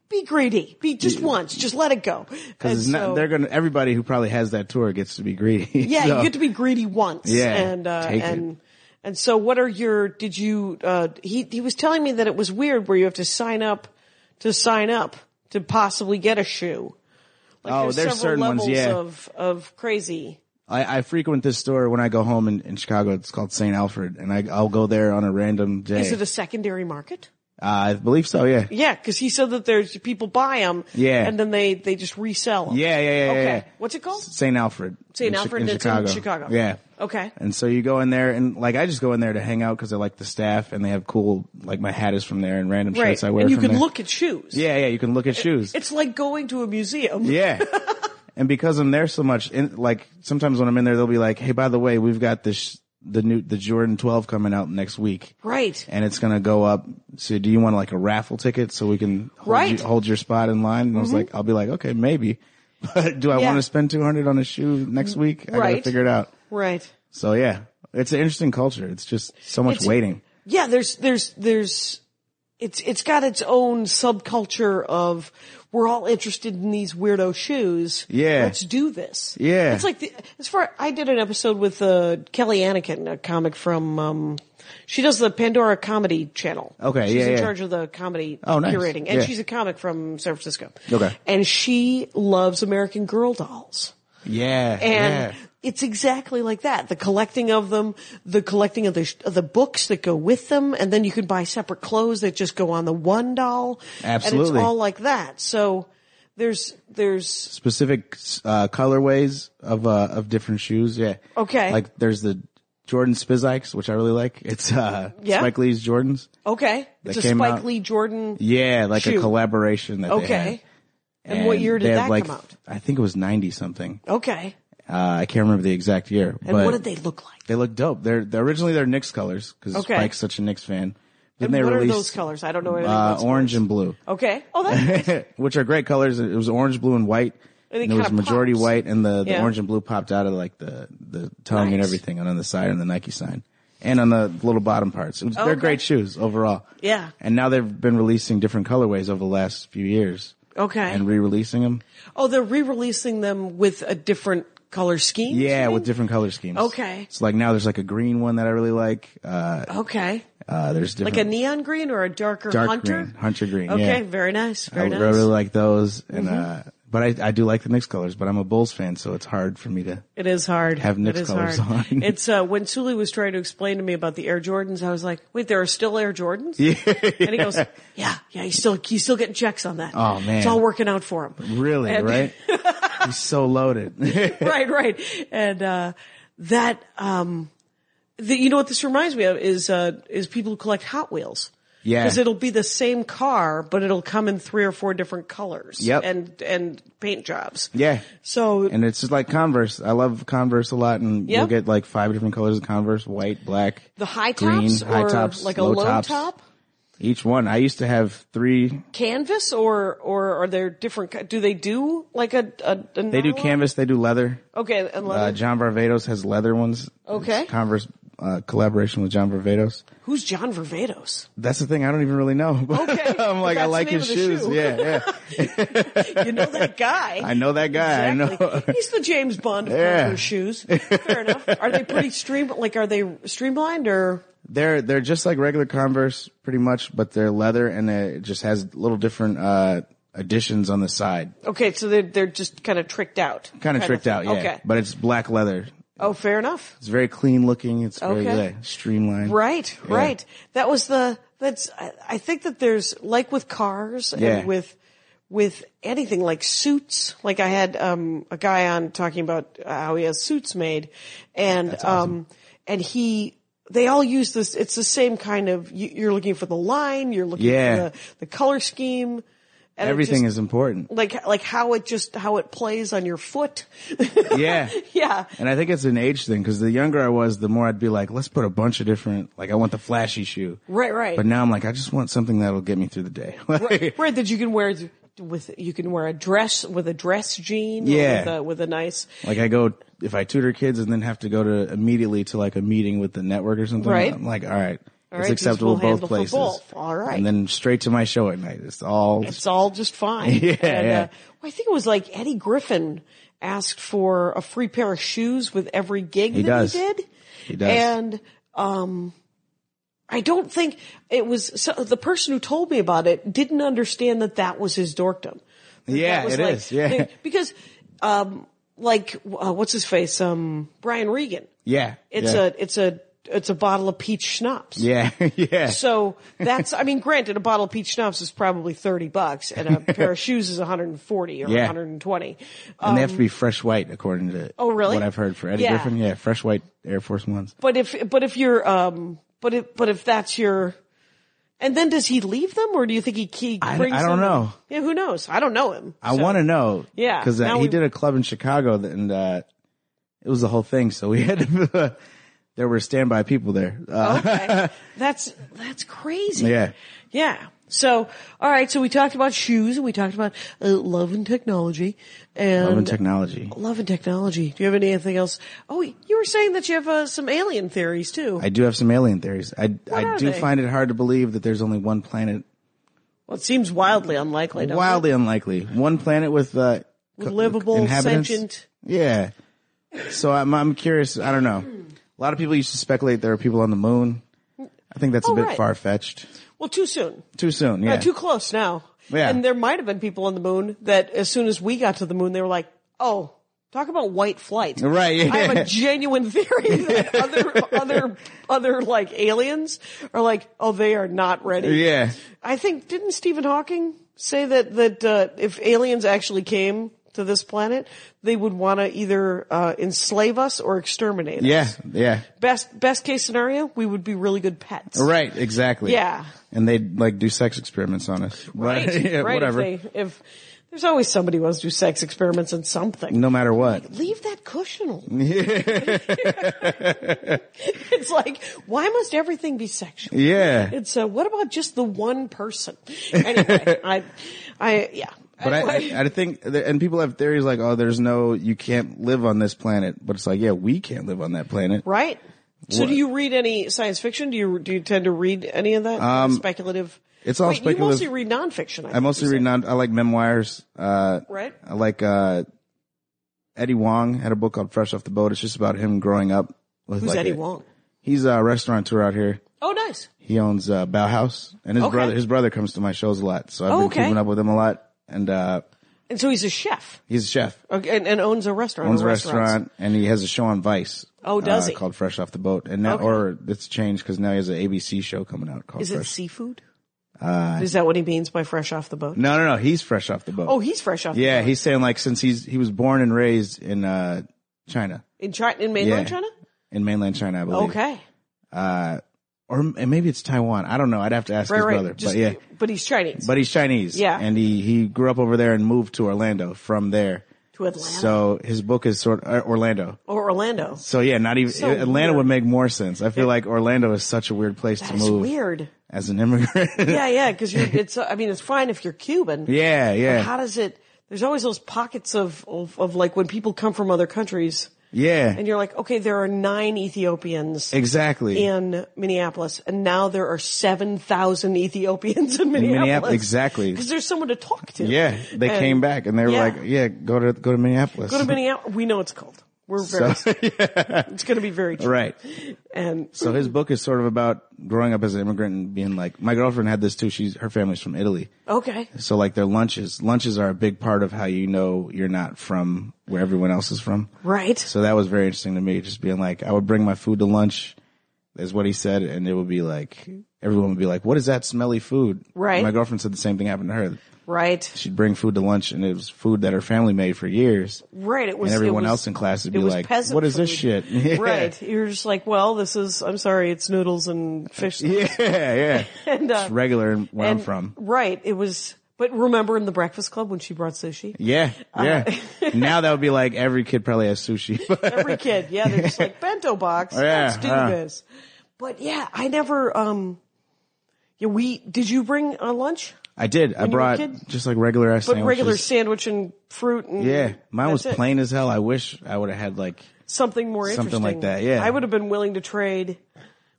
S3: be greedy be just once just let it go
S5: Because
S3: And so-
S5: they're gonna everybody who probably has that tour gets to be greedy. (laughs)
S3: Yeah,
S5: So-
S3: you get to be greedy once.
S5: Yeah,
S3: and uh,
S5: take it.
S3: and and so what are your? Did you? Uh, he he was telling me that it was weird where you have to sign up to sign up to possibly get a shoe. Like,
S5: Oh, there's certain ones,
S3: levels
S5: yeah.
S3: of of crazy.
S5: I, I frequent this store when I go home in, in Chicago. It's called St. Alfred, and I, I'll go there on a random day. Uh,
S3: Is it a secondary market?
S5: I believe so. Yeah.
S3: Yeah, because he said that there's people buy them.
S5: Yeah.
S3: And then they, they just resell them.
S5: Yeah, yeah, yeah, yeah,
S3: Okay.
S5: yeah.
S3: What's it called?
S5: St. Alfred.
S3: St.
S5: in Chi-
S3: Alfred
S5: in
S3: that's in
S5: Chicago.
S3: Chicago.
S5: Yeah.
S3: Okay.
S5: And so you go in there and like I just go in there to hang out because I like the staff and they have cool like my hat is from there and random
S3: Right.
S5: shirts I wear.
S3: and you
S5: from
S3: can
S5: there.
S3: look Uh, at shoes.
S5: Yeah, yeah. You can look at shoes.
S3: It's like going to a museum. (laughs)
S5: Yeah. and because I'm there so much, in, like sometimes when I'm in there, they'll be like, "Hey, by the way, we've got this the new the Jordan 12 coming out next week,
S3: Right.
S5: and it's gonna go up. So do you want like a raffle ticket so we can hold,
S3: Right. Mm-hmm.
S5: you, hold your spot in line?" And I was like, "I'll be like, okay, maybe." (laughs) But do I
S3: Yeah.
S5: want to spend 200 on a shoe next week? I gotta
S3: Right.
S5: figure it out.
S3: Right.
S5: So yeah, it's an interesting culture. It's just so much
S3: It's-
S5: waiting.
S3: Yeah, there's, there's, there's, it's, it's got its own subculture of we're all interested in these weirdo shoes.
S5: Yeah.
S3: Let's do this.
S5: Yeah.
S3: It's like the, as far, I did an episode with, uh, Kelly Anakin, a comic from, um, she does the Pandora comedy channel.
S5: Okay,
S3: She's
S5: yeah,
S3: in
S5: yeah.
S3: charge of the comedy
S5: Oh, nice.
S3: curating and
S5: Yeah.
S3: she's a comic from San Francisco.
S5: Okay.
S3: And she loves American girl dolls.
S5: Yeah.
S3: And
S5: yeah.
S3: it's exactly like that. The collecting of them, the collecting of the, sh- of the books that go with them, and then you can buy separate clothes that just go on the one doll. And
S5: Absolutely.
S3: it's all like that. So there's, there's,
S5: specific uh, colorways of uh, of different shoes. Yeah.
S3: Okay.
S5: Like there's the Jordan Spizikes, which I really like. It's uh,
S3: Yeah.
S5: Spike Lee's Jordans.
S3: okay. It's a
S5: came
S3: Spike
S5: out-
S3: Lee Jordan.
S5: Yeah, like
S3: Shoe.
S5: a collaboration that they had.
S3: Okay. And what year did
S5: they have,
S3: that
S5: like,
S3: come out?
S5: I think it was ninety something.
S3: Okay.
S5: Uh, I can't remember the exact year.
S3: And
S5: but
S3: what did they look like?
S5: They look dope. They're, they're originally they're Knicks colors because
S3: Okay.
S5: Spike's such a Knicks fan. Then
S3: And
S5: they
S3: what
S5: released
S3: are those colors? I don't know anything
S5: uh,
S3: about
S5: orange
S3: sports.
S5: and blue.
S3: Okay. Oh,
S5: (laughs)
S3: that's
S5: which are great colors. It was orange, blue, and white.
S3: And it
S5: And it was
S3: kinda
S5: majority
S3: pops.
S5: white, and the, the
S3: Yeah.
S5: orange and blue popped out of like the the tongue and
S3: Nice.
S5: everything, and on the side and the Nike sign, and on the little bottom parts. It was- They're
S3: Okay.
S5: great shoes overall.
S3: Yeah.
S5: And now they've been releasing different colorways over the last few years.
S3: Okay.
S5: And re-releasing them.
S3: oh, they're re-releasing them with a different color scheme? you
S5: Yeah, with
S3: mean?
S5: different color schemes.
S3: Okay.
S5: So like now there's like a green one that I really like. Uh,
S3: Okay.
S5: uh there's different
S3: Like a neon green or a darker
S5: dark
S3: hunter?
S5: green, hunter green.
S3: Okay,
S5: yeah.
S3: very nice. Very
S5: I
S3: nice.
S5: really like those, and
S3: Mm-hmm.
S5: uh, but I, I do like the Knicks colors. But I'm a Bulls fan, so it's hard for me to.
S3: it is hard.
S5: have Knicks
S3: It is
S5: colours
S3: hard.
S5: on. (laughs)
S3: It's uh, when Suli was trying to explain to me about the Air Jordans, I was like, "Wait, there are still Air Jordans?" Yeah. And
S5: (laughs)
S3: he goes, "Yeah, yeah, he's still he's still getting checks on that.
S5: Oh, man.
S3: it's all working out for him.
S5: Really,
S3: And- (laughs)
S5: right? He's so loaded. (laughs)
S3: right, right. And uh, that um, the, you know what this reminds me of is uh, is people who collect Hot Wheels.
S5: Yeah.
S3: because it'll be the same car, but it'll come in three or four different colors.
S5: Yep.
S3: and and paint jobs.
S5: yeah.
S3: So
S5: And it's just like Converse. I love Converse a lot, and
S3: Yeah.
S5: you'll get like five different colors of Converse: white, black,
S3: The high tops
S5: green,
S3: or
S5: high tops,
S3: like a
S5: low,
S3: low
S5: tops.
S3: top
S5: Each one. I used to have three.
S3: canvas or or are there different ki- do they do like a, a, a
S5: They do
S3: nylon?
S5: canvas. They do leather.
S3: Oh, Okay, and leather.
S5: Uh, John Varvatos has leather ones.
S3: Okay.
S5: It's Converse uh, collaboration with John Varvatos.
S3: Who's John Vervados?
S5: That's the thing. I don't even really know. (laughs)
S3: Okay.
S5: I'm like,
S3: That's
S5: I
S3: the
S5: like
S3: name
S5: his
S3: of the
S5: shoes.
S3: shoe.
S5: Yeah, yeah.
S3: You know
S5: (laughs)
S3: that guy.
S5: I know that guy. I know. (laughs)
S3: Exactly. He's the James Bond of
S5: Yeah.
S3: leather shoes. Fair
S5: (laughs)
S3: enough. Are they pretty stream like are they streamlined or
S5: They're they're just like regular Converse, pretty much, but they're leather and it just has little different uh additions on the side.
S3: okay, so they're they're just kind of tricked out.
S5: Kind of tricked out, yeah.
S3: Okay.
S5: But it's black leather.
S3: oh, fair enough.
S5: It's very clean looking. It's very
S3: Okay.
S5: yeah, streamlined.
S3: Right, right. That was the that's. I, I think that there's like with cars
S5: Yeah.
S3: and with with anything like suits. Like I had um a guy on talking about how he has suits made, and um and he. They all use this. It's the same kind of. You, you're looking for the line. You're looking
S5: Yeah.
S3: for the, the color scheme. And it
S5: Everything
S3: just- (laughs)
S5: is important.
S3: like like how it just how it plays on your foot. (laughs)
S5: yeah.
S3: yeah.
S5: And I think it's an age thing because the younger I was, the more I'd be like, let's put a bunch of different. Like I want the flashy shoe.
S3: Right. Right.
S5: But now I'm like, I just want something that'll get me through the day. (laughs)
S3: right, right, that you can wear th- with you can wear a dress with a dress jean or
S5: Yeah.
S3: with, a, with a nice
S5: Like I go if I tutor kids and then have to go to immediately to like a meeting with the network or something.
S3: Right.
S5: I'm like, all right,
S3: All
S5: it's
S3: right,
S5: acceptable
S3: this we'll
S5: both
S3: handle for
S5: places.
S3: both. All right.
S5: and then straight to my show at night. It's all
S3: it's all just fine
S5: (laughs) Yeah,
S3: and,
S5: yeah.
S3: Uh, well, i think it was like eddie griffin asked for a free pair of shoes with every gig that
S5: does.
S3: he did
S5: He does.
S3: and um I don't think it was so the person who told me about it didn't understand that that was his dorkdom. That
S5: Yeah,
S3: that was
S5: it
S3: like- (laughs)
S5: is, yeah. (laughs)
S3: because um, like uh, what's his face? Um, Brian Regan.
S5: yeah.
S3: It's
S5: yeah.
S3: a it's a it's a bottle of peach schnapps.
S5: Yeah, (laughs) yeah.
S3: So that's, I mean, granted, a bottle of peach schnapps is probably 30 bucks and
S5: (laughs)
S3: a pair of shoes is 140 or
S5: Yeah.
S3: 120.
S5: and they have to be fresh white, according to
S3: um, Oh, really?
S5: what I've heard for Eddie
S3: Yeah.
S5: Griffin. Yeah, fresh white Air Force Ones.
S3: But if, but if you're, um, but if, but if that's your, and then does he leave them or do you think he, he
S5: I-
S3: brings
S5: I
S3: them?
S5: don't know.
S3: Yeah, who knows? I don't know him.
S5: I want to know.
S3: Yeah,
S5: Because uh,
S3: now
S5: he
S3: we-
S5: did a club in Chicago that- and uh, it was the whole thing. So we had to, (laughs) there were standby people there. Uh,
S3: Okay. that's, that's crazy.
S5: Yeah.
S3: Yeah. So, all right. So we talked about shoes and we talked about uh, love and technology and
S5: Love and technology.
S3: Love and technology. Do you have anything else? Oh, you were saying that you have uh, some alien theories too.
S5: I do have some alien theories. I, I
S3: are
S5: do
S3: they?
S5: find it hard to believe that there's only one planet.
S3: well, it seems wildly unlikely. doesn't it?
S5: Wildly unlikely. One planet with, uh,
S3: With
S5: co-
S3: livable,
S5: inhabitants.
S3: sentient.
S5: Yeah. So I'm, I'm curious. I don't know. A lot of people used to speculate there are people on the moon. I think that's
S3: Oh,
S5: a bit
S3: right.
S5: far fetched.
S3: Well, too soon.
S5: Too soon. Yeah.
S3: Uh, too close now.
S5: Yeah.
S3: And there might have been people on the moon that, as soon as we got to the moon, they were like, "Oh, talk about white flight."
S5: Right, yeah.
S3: I have
S5: (laughs)
S3: a genuine theory that other, other, other like aliens are like, "Oh, they are not ready."
S5: yeah.
S3: I think didn't Stephen Hawking say that that uh, if aliens actually came to this planet, they would want to either uh, enslave us or exterminate
S5: Yeah.
S3: us.
S5: Yeah.
S3: Best best case scenario, we would be really good pets.
S5: Right, exactly.
S3: Yeah.
S5: And they'd like do sex experiments on us.
S3: Right.
S5: But, (laughs) yeah,
S3: right
S5: whatever.
S3: If, they, if there's always somebody who wants to do sex experiments and something.
S5: no matter what.
S3: Leave that cushion
S5: (laughs)
S3: alone. (laughs) it's like, why must everything be sexual?
S5: Yeah.
S3: It's uh, what about just the one person?
S5: (laughs)
S3: Anyway, I, I, yeah.
S5: but I, I, I think, that- and people have theories like, oh, there's no, you can't live on this planet. But it's like, yeah, we can't live on that planet.
S3: right. So,
S5: What?
S3: do you read any science fiction? Do you do you tend to read any of that
S5: Um,
S3: speculative?
S5: it's all
S3: Wait,
S5: speculative.
S3: You mostly read nonfiction. I,
S5: I mostly read non, I like memoirs. Uh,
S3: Right.
S5: I like, uh, Eddie Wong had a book called Fresh Off the Boat. It's just about him growing up with
S3: Who's
S5: like
S3: Eddie
S5: a-
S3: Wong?
S5: He's a restaurateur out here.
S3: Oh, nice.
S5: He owns uh, Bauhaus, and his
S3: Okay.
S5: brother his brother comes to my shows a lot, so I've
S3: Oh,
S5: been
S3: okay.
S5: keeping up with him a lot. And uh,
S3: And so he's a chef
S5: he's a chef,
S3: okay, and, and owns a restaurant.
S5: owns a
S3: or restaurants.
S5: restaurant, and he has a show on Vice.
S3: Oh, does
S5: uh,
S3: he?
S5: Called Fresh Off the Boat, and now
S3: Okay.
S5: or it's changed because now he has an ABC show coming out called
S3: Is it
S5: Fresh. Uh,
S3: seafood? Is that what he means by fresh off the boat?
S5: no, no, no. He's fresh off the boat.
S3: Oh, he's fresh off.
S5: yeah.
S3: the boat.
S5: He's saying like since he's he was born and raised in uh, China,
S3: in China, in mainland
S5: Yeah.
S3: China.
S5: in mainland China, I believe.
S3: Okay,
S5: Uh, or m- and maybe it's Taiwan. I don't know. I'd have to ask
S3: right,
S5: his
S3: right.
S5: brother.
S3: Just-
S5: but yeah.
S3: but he's Chinese.
S5: But he's Chinese.
S3: Yeah.
S5: And he, he grew up over there and moved to Orlando from there.
S3: to Atlanta
S5: So his book is sort of Orlando.
S3: or Orlando.
S5: So yeah, not even
S3: So
S5: Atlanta
S3: weird.
S5: would make more sense. I feel like Orlando is such a weird place to
S3: That's
S5: move (laughs)
S3: weird.
S5: as an immigrant.
S3: Yeah, yeah. Because it's. uh, I mean, it's fine if you're Cuban.
S5: (laughs) yeah, yeah,
S3: But how does it? There's always those pockets of, of of like when people come from other countries,
S5: yeah.
S3: and you're like, okay, there are nine Ethiopians
S5: exactly.
S3: in Minneapolis, and now there are seven thousand Ethiopians in Minneapolis.
S5: Minneapolis, exactly.
S3: Because there's someone to talk to.
S5: yeah, they
S3: And-
S5: came back and they were
S3: yeah.
S5: like, "Yeah, go to go to Minneapolis."
S3: Go to Minneapolis. We know it's cold. We're very. It's going to be very cheap.
S5: (laughs) right.
S3: And
S5: So his book is sort of about growing up as an immigrant and being like, my girlfriend had this too. She's her family's from Italy,
S3: okay,
S5: so like their lunches, lunches are a big part of how you know you're not from where everyone else is from.
S3: right.
S5: So that was very interesting to me, just being like, I would bring my food to lunch, is what he said, and it would be like, everyone would be like, what is that smelly food?
S3: Right.
S5: My girlfriend said the same thing happened to her.
S3: right.
S5: She'd bring food to lunch, and it was food that her family made for years.
S3: Right. It was
S5: and everyone
S3: it was,
S5: else in class would
S3: it
S5: be
S3: was
S5: like,
S3: peasant
S5: what is this
S3: food.
S5: shit? (laughs) Yeah.
S3: Right. You're just like, well, this is. I'm sorry, it's noodles and fish.
S5: (laughs) Yeah, yeah.
S3: And, uh,
S5: it's regular and where I'm
S3: and-
S5: from.
S3: Right. It was. But remember in the Breakfast Club when she brought
S5: (laughs)
S3: sushi?
S5: Yeah, yeah.
S3: Uh,
S5: (laughs) now that would be like every kid probably has sushi. (laughs)
S3: Every kid, yeah, they're just like bento box.
S5: yeah,
S3: Let's do
S5: huh.
S3: this. But yeah, I never. um Yeah, we did. You bring a lunch?
S5: I did. I
S3: you were a
S5: brought
S3: kid?
S5: just like regular ass
S3: But
S5: sandwiches.
S3: regular sandwich and fruit and
S5: Yeah, mine was
S3: that's it.
S5: plain as hell. I wish I would have had like
S3: Something more
S5: Something
S3: interesting.
S5: like that, yeah.
S3: I would have been willing to trade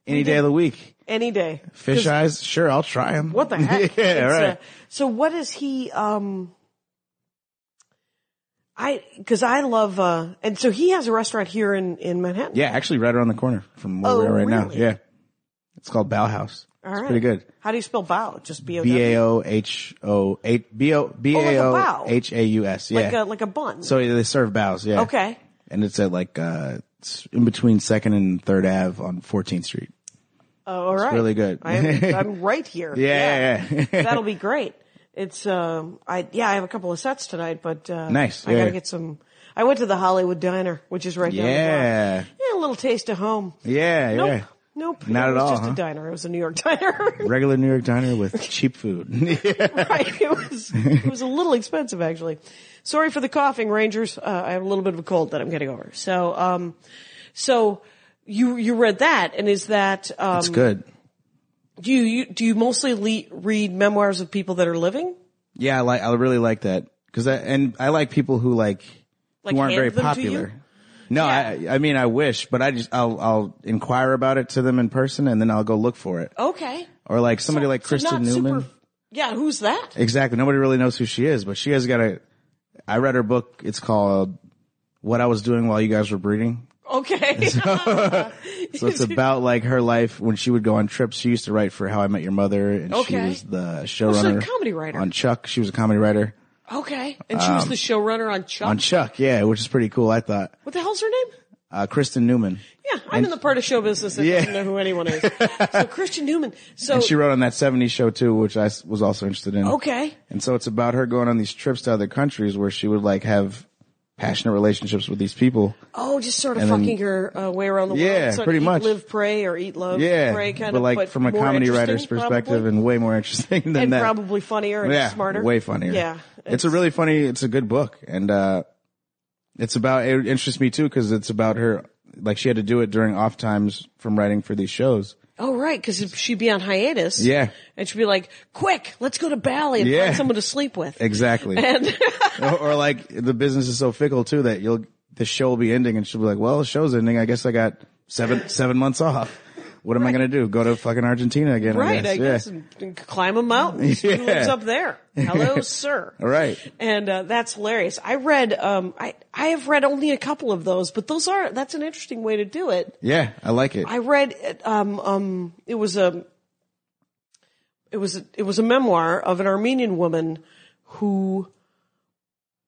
S5: any day of the week.
S3: any day.
S5: Fish eyes, sure, I'll try them. (laughs)
S3: What the heck?
S5: yeah,
S3: It's, uh,
S5: right.
S3: so what is he? um I because I love uh and so he has a restaurant here in in Manhattan.
S5: yeah, actually, right around the corner from where
S3: Oh,
S5: we're at right now.
S3: really?
S5: Yeah, it's called Bauhaus.
S3: All
S5: it's
S3: right.
S5: pretty good.
S3: How do you spell bow? Just B O W?
S5: B a o h o a b o b
S3: Oh, like a
S5: a
S3: bow.
S5: o h a u s. Yeah.
S3: like a like a bun.
S5: so they serve bows. Yeah.
S3: okay,
S5: And it's at like uh It's in between Second and Third Ave on 14th Street.
S3: Oh, all right.
S5: really good. (laughs)
S3: I'm, I'm right here.
S5: Yeah, (laughs) yeah, yeah.
S3: That'll be great. It's, um, I, yeah, I have a couple of sets tonight, but, uh,
S5: Nice,
S3: I gotta
S5: yeah.
S3: get some, I went to the Hollywood Diner, which is right down
S5: Yeah,
S3: the block. Yeah, a little taste of home.
S5: yeah,
S3: Nope.
S5: yeah.
S3: Nope.
S5: Not
S3: it
S5: at
S3: was
S5: all,
S3: Just
S5: huh?
S3: a diner. It was a New York (laughs) diner.
S5: Regular New York
S3: (laughs)
S5: diner with cheap food.
S3: Um, right. It was. It was a little expensive actually. Sorry for the coughing, Rangers. Uh, I have a little bit of a cold that I'm getting over. So, um, so you you read that, and is that um,
S5: It's good.
S3: do you, you do you mostly le- read memoirs of people that are living?
S5: Yeah, I like. I really like that because I and I like people who like,
S3: Like
S5: who aren't
S3: hand
S5: very
S3: them to you?
S5: popular. No, I I mean I wish, but I just I'll I'll inquire about it to them in person and then I'll go look for it.
S3: Okay.
S5: Or like somebody like
S3: So
S5: Kristen
S3: not super-
S5: Newman.
S3: yeah, who's that?
S5: Exactly. Nobody really knows who she is, but she has got a. I read her book. It's called "What I Was Doing While You Guys Were Breeding." (laughs)
S3: Okay.
S5: So
S3: (laughs)
S5: it's about like her life when she would go on trips. She used to write for How I Met Your Mother, and she
S3: Okay. Oh,
S5: was the
S3: she's a
S5: showrunner,
S3: comedy writer.
S5: on Chuck. She was a comedy writer
S3: okay. And she was the showrunner on Chuck.
S5: um, on Chuck. Yeah, which is pretty cool. I thought
S3: what the hell's her name?
S5: uh, Kristen Newman.
S3: Yeah, I'm in the part of show business that
S5: Yeah.
S3: doesn't know who anyone
S5: (laughs)
S3: is. so Christian Newman. So
S5: And she wrote on that 70s show too, which I s- was also interested in.
S3: okay,
S5: And so it's about her going on these trips to other countries where she would like have passionate relationships with these people.
S3: oh, just sort of
S5: And then-
S3: fucking her uh, way around the world.
S5: Yeah,
S3: Sort of
S5: pretty
S3: eat,
S5: much.
S3: Live, pray, or eat, love,
S5: Yeah.
S3: pray, kind
S5: but
S3: of.
S5: like
S3: but
S5: from a
S3: more
S5: comedy
S3: interesting,
S5: writer's perspective
S3: probably.
S5: and way more interesting than
S3: and
S5: that.
S3: probably funnier and
S5: yeah.
S3: smarter.
S5: Way funnier.
S3: Yeah,
S5: It's, a really funny, it's a good book. And, uh, it's about, it interests me too because it's about her, like she had to do it during off times from writing for these shows.
S3: Oh right, because she'd be on hiatus.
S5: Yeah.
S3: and she'd be like, "Quick, let's go to Bali and
S5: Yeah.
S3: find someone to sleep with." (laughs)
S5: Exactly.
S3: And
S5: or, or like the business is so fickle too that you'll the show will be ending and she'll be like, "Well, the show's ending. I guess I got seven seven months off. What am I gonna do? Go to fucking Argentina again?
S3: right,
S5: I guess.
S3: I guess,
S5: Yeah.
S3: and, and climb a mountain. See Who
S5: Yeah.
S3: lives up there?
S5: (laughs)
S3: Hello, sir.
S5: All right.
S3: and uh, that's hilarious. I read, um, I I have read only a couple of those, but those are that's an interesting way to do it.
S5: Yeah, I like it.
S3: I read, um, um, it was a, it was a, it was a memoir of an Armenian woman who,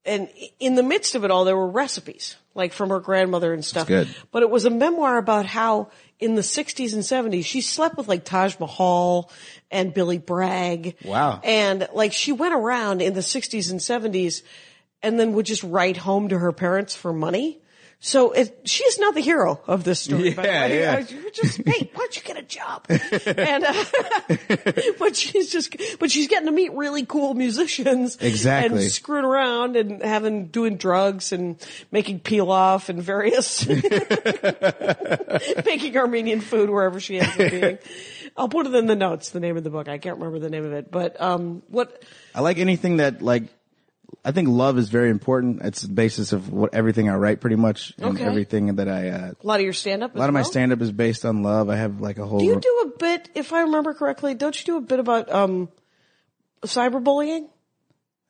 S3: and in the midst of it all, there were recipes like from her grandmother and stuff.
S5: good.
S3: But it was a memoir about how in the 60s and 70s she slept with like Taj Mahal and Billy Bragg.
S5: Wow.
S3: And like she went around in the 60s and 70s and then would just write home to her parents for money. So it, she is not the hero of this story. by the
S5: Yeah,
S3: way.
S5: yeah.
S3: I- You're just, hey, why don't you get a
S5: (laughs)
S3: job? and, uh, (laughs) but she's just, but she's getting to meet really cool musicians.
S5: Exactly.
S3: And screwing around and having, doing drugs and making pilaf and
S5: (laughs)
S3: various, (laughs) making Armenian food wherever she ends up
S5: (laughs)
S3: being. I'll put it in the notes, the name of the book. I can't remember the name of it, but, um, what,
S5: I like anything that like. I think love is very important. It's the basis of what everything I write, pretty much, and
S3: Okay.
S5: everything that I. Uh,
S3: a lot of your stand up?
S5: a lot of my stand up is based on love. I have like a whole.
S3: Do you do a bit, if I remember correctly, don't you do a bit about, um, cyberbullying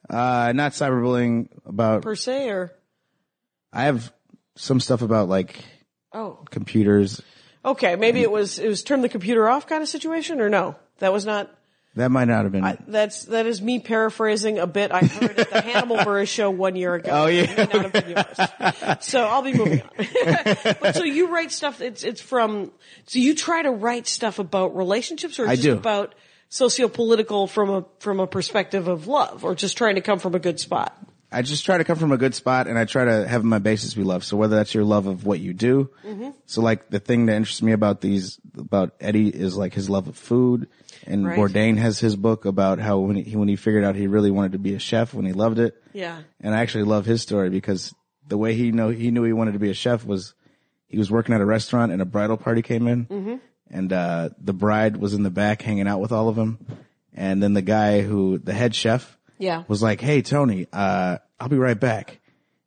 S5: uh, not cyberbullying about.
S3: per se or?
S5: I have some stuff about like
S3: Oh,
S5: computers.
S3: okay. Maybe it was it was turn the computer off kind of situation, or no? That was not.
S5: That might not have been.
S3: That's that is me paraphrasing a bit I heard at the
S5: (laughs)
S3: Hannibal Burris show one year ago.
S5: Oh, yeah.
S3: It may not have been yours. so I'll be moving on.
S5: (laughs)
S3: but so you write stuff. It's it's from. So you try to write stuff about relationships, or
S5: I
S3: just
S5: do.
S3: about sociopolitical from a from a perspective of love, or just trying to come from a good spot.
S5: I just try to come from a good spot and I try to have my basis be love. So whether that's your love of what you do.
S3: Mm-hmm.
S5: So like the thing that interests me about these, about Eddie is like his love of food and
S3: Right.
S5: Bourdain has his book about how when he, when he figured out he really wanted to be a chef when he loved it.
S3: Yeah.
S5: And I actually love his story because the way he know, he knew he wanted to be a chef was he was working at a restaurant and a bridal party came in and, uh, the bride was in the back hanging out with all of them. And then the guy who, the head chef,
S3: Yeah.
S5: was like, "Hey Tony, uh, I'll be right back."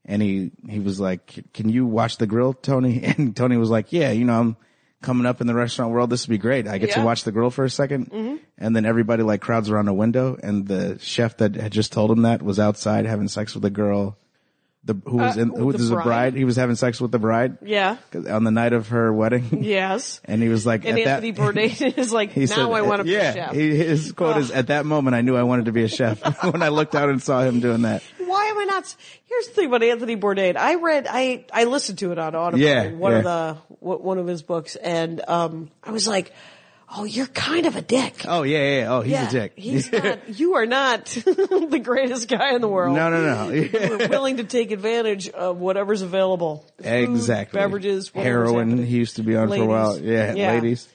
S5: And he he was like, "Can you watch the grill, Tony?" (laughs) And Tony was like, "Yeah, you know, I'm coming up in the restaurant world. This would be great. I get to
S3: Yeah. Mm-hmm.
S5: watch the grill for a 2nd And then everybody like crowds around a window, and the chef that had just told him that was outside having sex with a girl, the who was
S3: Uh,
S5: in who
S3: with the
S5: was a
S3: bride?
S5: bride. He was having sex with the bride
S3: Yeah.
S5: 'cause- on the night of her wedding,
S3: Yes.
S5: (laughs) and he was like,
S3: And
S5: at
S3: Anthony
S5: that, (laughs)
S3: Bourdain is like, now I want to be
S5: yeah,
S3: a chef. Oh.
S5: (laughs) he- his quote is, "At that moment, I knew I wanted to be a chef." when I looked out and saw him doing that,
S3: Why why am I not? s- Here's the thing about Anthony Bourdain. I read, I, I listened to it on Audible.
S5: Yeah,
S3: One of
S5: yeah.
S3: the, w- one of his books. And, um, I was like, Oh, you're kind of a dick.
S5: Oh yeah, yeah, yeah. Oh, he's
S3: yeah,
S5: a dick. (laughs)
S3: He's not, you are not (laughs) the greatest guy in the world.
S5: no, no,
S3: (laughs)
S5: no.
S3: You are willing to take advantage of whatever's available. Food,
S5: exactly.
S3: Beverages, whatever's
S5: heroin.
S3: happening.
S5: He used to be on for a while.
S3: Ladies.
S5: Yeah,
S3: Yeah.
S5: ladies.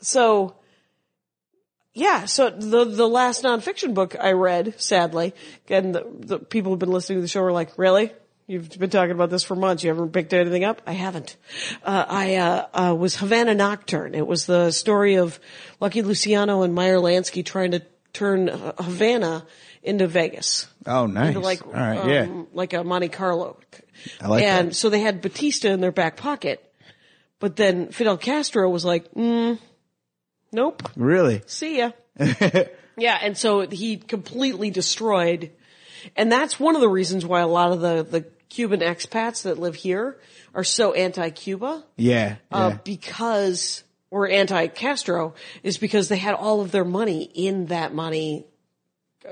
S3: so yeah so the the last nonfiction book i read sadly and the, the people who've been listening to the show were like really you've been talking about this for months you haven't picked anything up i haven't uh, i uh, uh, was havana nocturne it was the story of lucky luciano and meyer lansky trying to turn uh, havana into vegas
S5: Oh, nice.
S3: into like
S5: All right,
S3: um,
S5: yeah.
S3: like a Monte Carlo.
S5: I like
S3: and
S5: that.
S3: so they had Batista in their back pocket, but then Fidel Castro was like, mm, "Nope,
S5: Really?
S3: see
S5: (laughs)
S3: ya." yeah, and so he completely destroyed, and that's one of the reasons why a lot of the the Cuban expats that live here are so anti-Cuba
S5: Yeah.
S3: uh,
S5: yeah.
S3: because or anti-Castro is because they had all of their money in that money.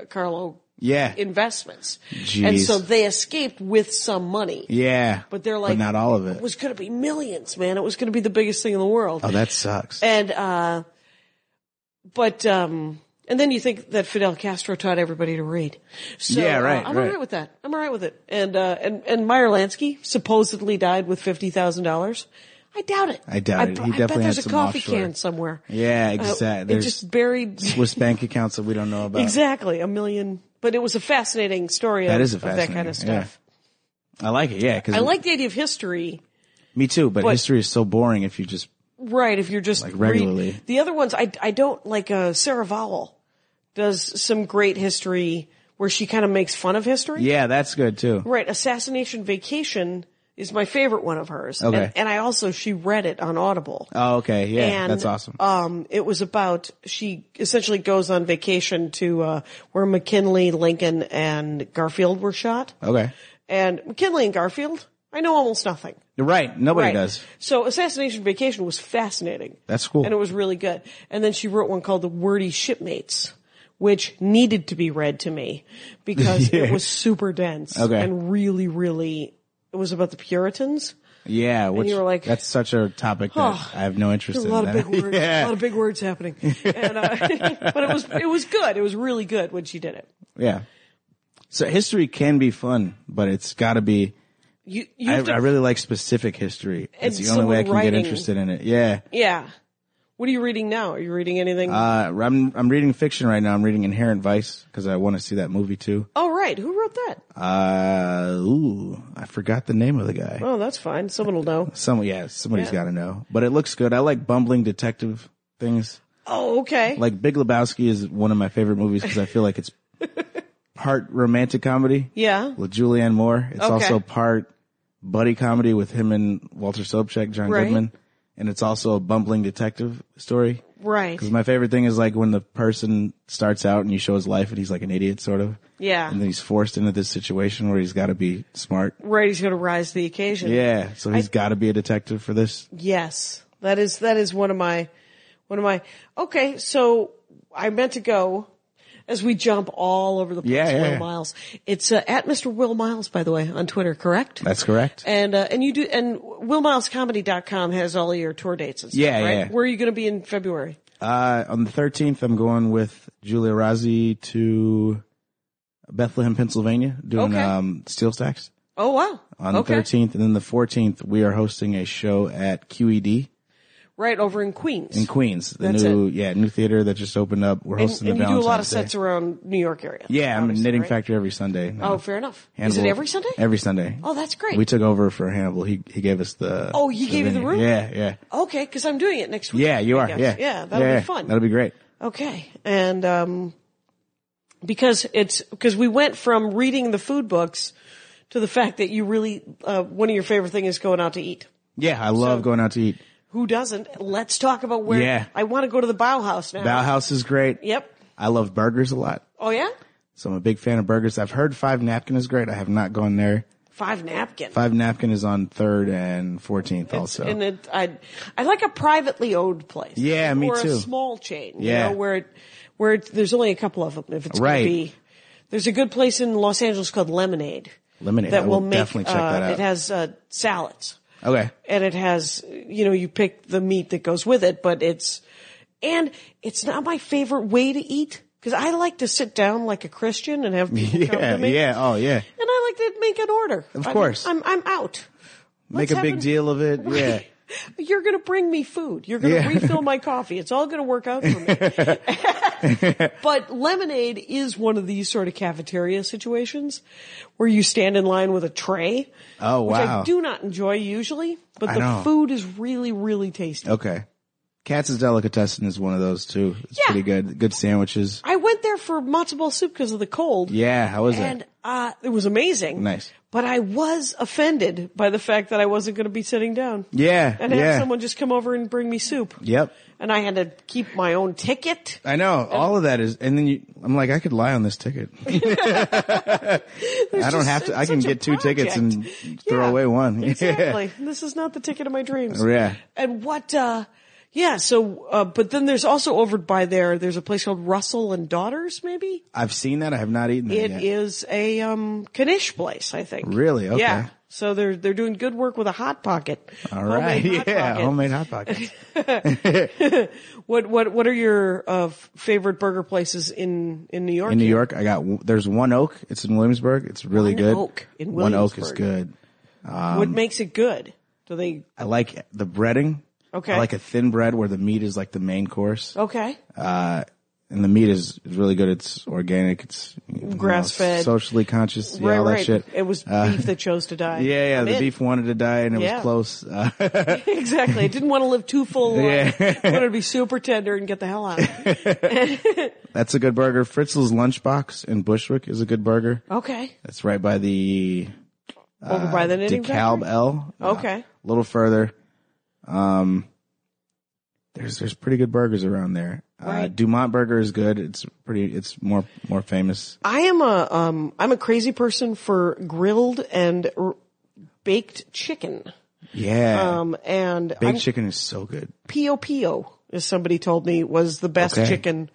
S3: Carlo
S5: yeah.
S3: investments.
S5: Jeez.
S3: And so they escaped with some money.
S5: yeah.
S3: But they're like,
S5: not all of it.
S3: was going to be millions, man. It was going to be the biggest thing in the world.
S5: oh, that sucks.
S3: And, uh, but, um, and then you think that Fidel Castro taught everybody to read. So,
S5: Yeah,
S3: uh,
S5: right,
S3: I'm
S5: right.
S3: alright with that. I'm alright with it. And, uh, and, and Meyer Lansky supposedly died with $50,000. I doubt it.
S5: I doubt it. He
S3: I, bet
S5: definitely
S3: there's
S5: had
S3: a
S5: some
S3: coffee
S5: offshore.
S3: can somewhere.
S5: yeah,
S3: Uh,
S5: exactly.
S3: it
S5: There's
S3: just buried. (laughs)
S5: (laughs) Swiss bank accounts that we don't know about.
S3: Exactly, a million. But it was a fascinating story
S5: That
S3: of,
S5: is a
S3: of that kind
S5: fascinating,
S3: of stuff.
S5: I like it. Yeah, because
S3: I like the idea of history,
S5: me too. But,
S3: but-
S5: history is so boring if you just
S3: right? If you're just
S5: Like regularly.
S3: read- the other ones, I I don't like. Uh, Sarah Vowell does some great history where she kind of makes fun of history.
S5: yeah, that's good too.
S3: Right, Assassination Vacation is my favorite one of hers.
S5: Okay.
S3: and, and I also she read it on Audible.
S5: Oh, okay. Yeah,
S3: And,
S5: that's awesome.
S3: Um, it was about she essentially goes on vacation to uh, where McKinley, Lincoln, and Garfield were shot.
S5: okay.
S3: and McKinley and Garfield, I know almost nothing.
S5: You're right. Nobody
S3: Right.
S5: does.
S3: So Assassination Vacation was fascinating.
S5: That's cool.
S3: And it was really good. And then she wrote one called The Wordy Shipmates, which needed to be read to me
S5: (laughs)
S3: because it was super dense
S5: Okay.
S3: and really, really, it was about the Puritans.
S5: Yeah, which
S3: you were like,
S5: that's such a topic that
S3: "Oh,
S5: I have no interest
S3: There's a
S5: in.
S3: lot of
S5: that." (laughs)
S3: big words, a
S5: yeah.
S3: lot of big words happening. And, uh, (laughs) but it was, it was good. It was really good when she did it.
S5: yeah. So history can be fun, but it's got to be.
S3: You, you
S5: I,
S3: have to,
S5: I really like specific history. It's
S3: And
S5: the only way I
S3: someone
S5: can get
S3: writing-
S5: interested in it. Yeah,
S3: yeah. What are you reading now? Are you reading anything?
S5: uh, I'm I'm reading fiction right now. I'm reading Inherent Vice because I want to see that movie too.
S3: oh, right. Who wrote that?
S5: Uh, ooh, I forgot the name of the guy.
S3: Oh, that's fine. Someone will know.
S5: Some yeah, somebody's
S3: Yeah.
S5: got to know. But it looks good. I like bumbling detective things.
S3: Oh, okay.
S5: Like Big Lebowski is one of my favorite movies because I feel like it's part romantic comedy.
S3: yeah.
S5: with Julianne Moore. It's
S3: Okay.
S5: also part buddy comedy with him and Walter Sobchak, John
S3: Right.
S5: Goodman. And it's also a bumbling detective story.
S3: Right.
S5: Because my favorite thing is like when the person starts out and you show his life and he's like an idiot sort of.
S3: Yeah. Mm-hmm.
S5: And then he's forced into this situation where he's got to be smart.
S3: Right. He's going to rise to the occasion.
S5: Yeah. So he's got to be a detective for this.
S3: Yes. That is, that is one of my, one of my, okay. So I meant to go as we jump all over the place.
S5: Yeah, yeah.
S3: Will Miles. It's uh, at Mr. Will Miles, by the way, on Twitter, correct?
S5: That's correct.
S3: and, uh, and you do, and willmilescomedy.com has all your tour dates and stuff,
S5: Yeah,
S3: right?
S5: yeah.
S3: Where are you going to be in February?
S5: Uh, on the 13th, I'm going with Julia Rossi to Bethlehem, Pennsylvania, doing
S3: Okay.
S5: um, steel stacks.
S3: Oh, wow.
S5: on the
S3: okay.
S5: 13th and then the 14th we are hosting a show at QED
S3: Right over in Queens.
S5: in Queens the
S3: That's
S5: new yeah new theater that just opened up we're
S3: and,
S5: hosting
S3: and
S5: the
S3: you do a lot of
S5: Valentine's Day.
S3: sets around New York area.
S5: yeah I'm in
S3: obviously,
S5: Knitting
S3: right?
S5: Factory every Sunday now.
S3: Oh, fair enough. Is it
S5: Hannibal-
S3: every Sunday?
S5: every Sunday
S3: Oh, that's great.
S5: we took over for Hannibal he he gave us the
S3: Oh, he gave you the
S5: venue.
S3: room?
S5: yeah yeah
S3: Okay, because I'm doing it next week.
S5: yeah you
S3: I
S5: are
S3: guess.
S5: yeah
S3: yeah, that'll
S5: Yeah,
S3: be fun.
S5: that'll be great
S3: okay, and um, because it's because we went from reading the food books to the fact that you really uh, one of your favorite things is going out to eat.
S5: yeah I love going out to eat
S3: Who doesn't? Let's talk about where.
S5: Yeah.
S3: I want to go to the Bauhaus now.
S5: Bauhaus is great
S3: Yep.
S5: I love burgers a lot
S3: Oh yeah,
S5: so I'm a big fan of burgers I've heard Five Napkin is great I have not gone there
S3: five napkin.
S5: Five Napkin is on 3rd and 14th also
S3: And it, I, I like a privately owned place.
S5: Yeah, me
S3: or
S5: too.
S3: a small chain.
S5: Yeah.
S3: You know, where it, where it, there's only a couple of them. If it's going
S5: Right.
S3: to be There's a good place in Los Angeles called Lemonade.
S5: Lemonade.
S3: That
S5: I will
S3: make,
S5: definitely check
S3: uh,
S5: that out.
S3: It has uh, salads. (laughs)
S5: Okay.
S3: and it has you know you pick the meat that goes with it but it's and it's not my favorite way to eat because i like to sit down like a christian and have people come
S5: (laughs) Yeah,
S3: to me
S5: yeah, oh yeah.
S3: and i like to make an order
S5: Of
S3: I'm-
S5: course.
S3: i'm i'm, out
S5: Make
S3: Let's
S5: a
S3: have
S5: big
S3: an-
S5: deal of it. Yeah.
S3: you're gonna bring me food you're gonna
S5: Yeah.
S3: refill my coffee it's all gonna work out for me
S5: (laughs)
S3: but lemonade is one of these sort of cafeteria situations where you stand in line with a tray
S5: (laughs) Oh
S3: which
S5: wow.
S3: i do not enjoy usually but
S5: I
S3: the
S5: know.
S3: food is really really tasty
S5: Okay. Katz's Delicatessen is one of those too. It's
S3: Yeah.
S5: pretty good. Good sandwiches.
S3: I went there for matzo ball soup because of the cold.
S5: Yeah, how was
S3: And
S5: it?
S3: uh, it was amazing.
S5: Nice.
S3: But I was offended by the fact that I wasn't going to be sitting down.
S5: Yeah.
S3: And
S5: yeah.
S3: have someone just come over and bring me soup.
S5: Yep.
S3: And I had to keep my own ticket.
S5: I know. all of that is and then you I'm like I could lie on
S3: (laughs)
S5: this ticket. I don't
S3: just-
S5: have to I
S3: it's
S5: can
S3: such a
S5: get two tickets and throw
S3: Yeah,
S5: away one. (laughs) Yeah.
S3: Exactly. This is not the ticket of my dreams.
S5: Yeah.
S3: And what, uh, yeah, so, uh, but then there's also over by there, there's a place called Russell and Daughters, maybe?
S5: I've seen that. I have not eaten that
S3: It
S5: yet.
S3: is a um Kanish place, I think.
S5: Really? Okay.
S3: Yeah. So they're they're doing good work with a hot pocket.
S5: All right. (laughs)
S3: Homemade Hot
S5: yeah.
S3: Pocket.
S5: Homemade hot
S3: (laughs)
S5: pockets.
S3: What what what are your uh, f- favorite burger places in in New York?
S5: in New York. I got there's One Oak. It's in Williamsburg. It's really
S3: One
S5: good.
S3: Oak in
S5: One Oak is
S3: Williamsburg.
S5: good. Um,
S3: what makes it good? Do they
S5: I like the breading.
S3: Okay.
S5: I like a thin bread where the meat is like the main course,
S3: okay?
S5: and the meat is is really good. It's organic. It's you know,
S3: Grass-fed.
S5: socially conscious. Yeah,
S3: right,
S5: all that
S3: right.
S5: shit. Uh,
S3: It was beef that chose to die.
S5: (laughs) yeah, yeah.
S3: I'm
S5: the
S3: in.
S5: beef wanted to die, and it
S3: Yeah.
S5: was close. Uh,
S3: exactly. I didn't want to live too full. a life.
S5: Yeah.
S3: (laughs) I wanted to be super tender and get the hell out. of it.
S5: that's a good burger. Fritzl's Lunchbox in Bushwick is a good burger. (laughs)
S3: Okay,
S5: That's right by the
S3: over by the knitting
S5: Uh, DeKalb
S3: factory?
S5: L.
S3: Okay.
S5: a little further. Um, there's there's pretty good burgers around there. Uh,
S3: Right.
S5: Dumont Burger is good. It's pretty. It's more more famous.
S3: I am a um I'm a crazy person for grilled and r- baked chicken.
S5: Yeah,
S3: Um and
S5: baked
S3: I'm-
S5: chicken is so good.
S3: Pio Pio, as somebody told me, was the best
S5: Okay.
S3: chicken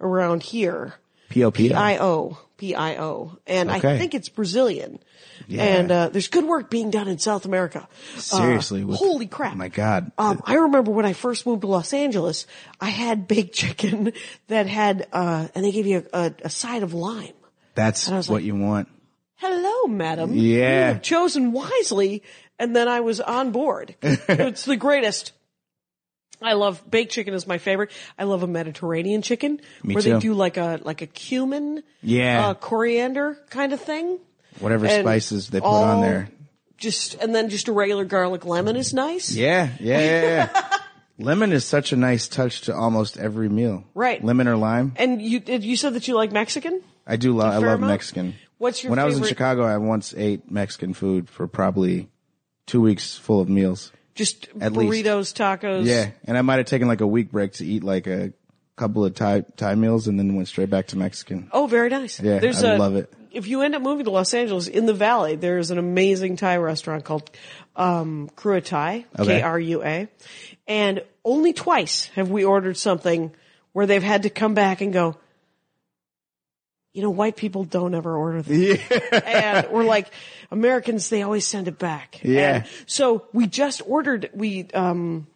S3: around here.
S5: P.O.P.
S3: I O P I O, and
S5: Okay.
S3: I think it's Brazilian.
S5: Yeah.
S3: And uh, there's good work being done in South America. Uh,
S5: Seriously, with- Oh
S3: holy crap!
S5: my God.
S3: Um, I remember when I first moved to Los Angeles, I had baked chicken that had, uh, and they gave you a, a, a side of lime.
S5: That's what
S3: like-
S5: you want.
S3: Hello, madam.
S5: Yeah.
S3: You have chosen wisely. And then I was on board.
S5: (laughs)
S3: it's the greatest. I love baked chicken is my favorite. I love a Mediterranean chicken
S5: Me
S3: where
S5: too.
S3: they do like a, like a cumin,
S5: Yeah.
S3: uh, coriander kind of thing.
S5: Whatever
S3: and
S5: spices they put
S3: all-
S5: on there.
S3: Just, and then just a regular garlic lemon is nice.
S5: Yeah, yeah, yeah.
S3: (laughs)
S5: yeah. Lemon is such a nice touch to almost every meal.
S3: Right.
S5: Lemon or lime.
S3: And you, you said that you like Mexican?
S5: I do love. I
S3: fair
S5: love
S3: amount.
S5: Mexican.
S3: What's your
S5: when I was in
S3: favorite-
S5: Chicago, I once ate Mexican food for probably two weeks full of meals.
S3: Just
S5: At least.
S3: burritos, tacos.
S5: Yeah, and I might have taken like a week break to eat like a couple of Thai Thai meals, and then went straight back to Mexican.
S3: Oh, very nice.
S5: Yeah,
S3: there's
S5: I
S3: a-
S5: love it.
S3: If you end up moving to Los Angeles in the Valley, there is an amazing Thai restaurant called um, Krua Thai,
S5: Okay.
S3: K R U A, and only twice have we ordered something where they've had to come back and go. You know, white people don't ever order this. and we're like, Americans, they always send it back.
S5: Yeah.
S3: And so we just ordered, we, um,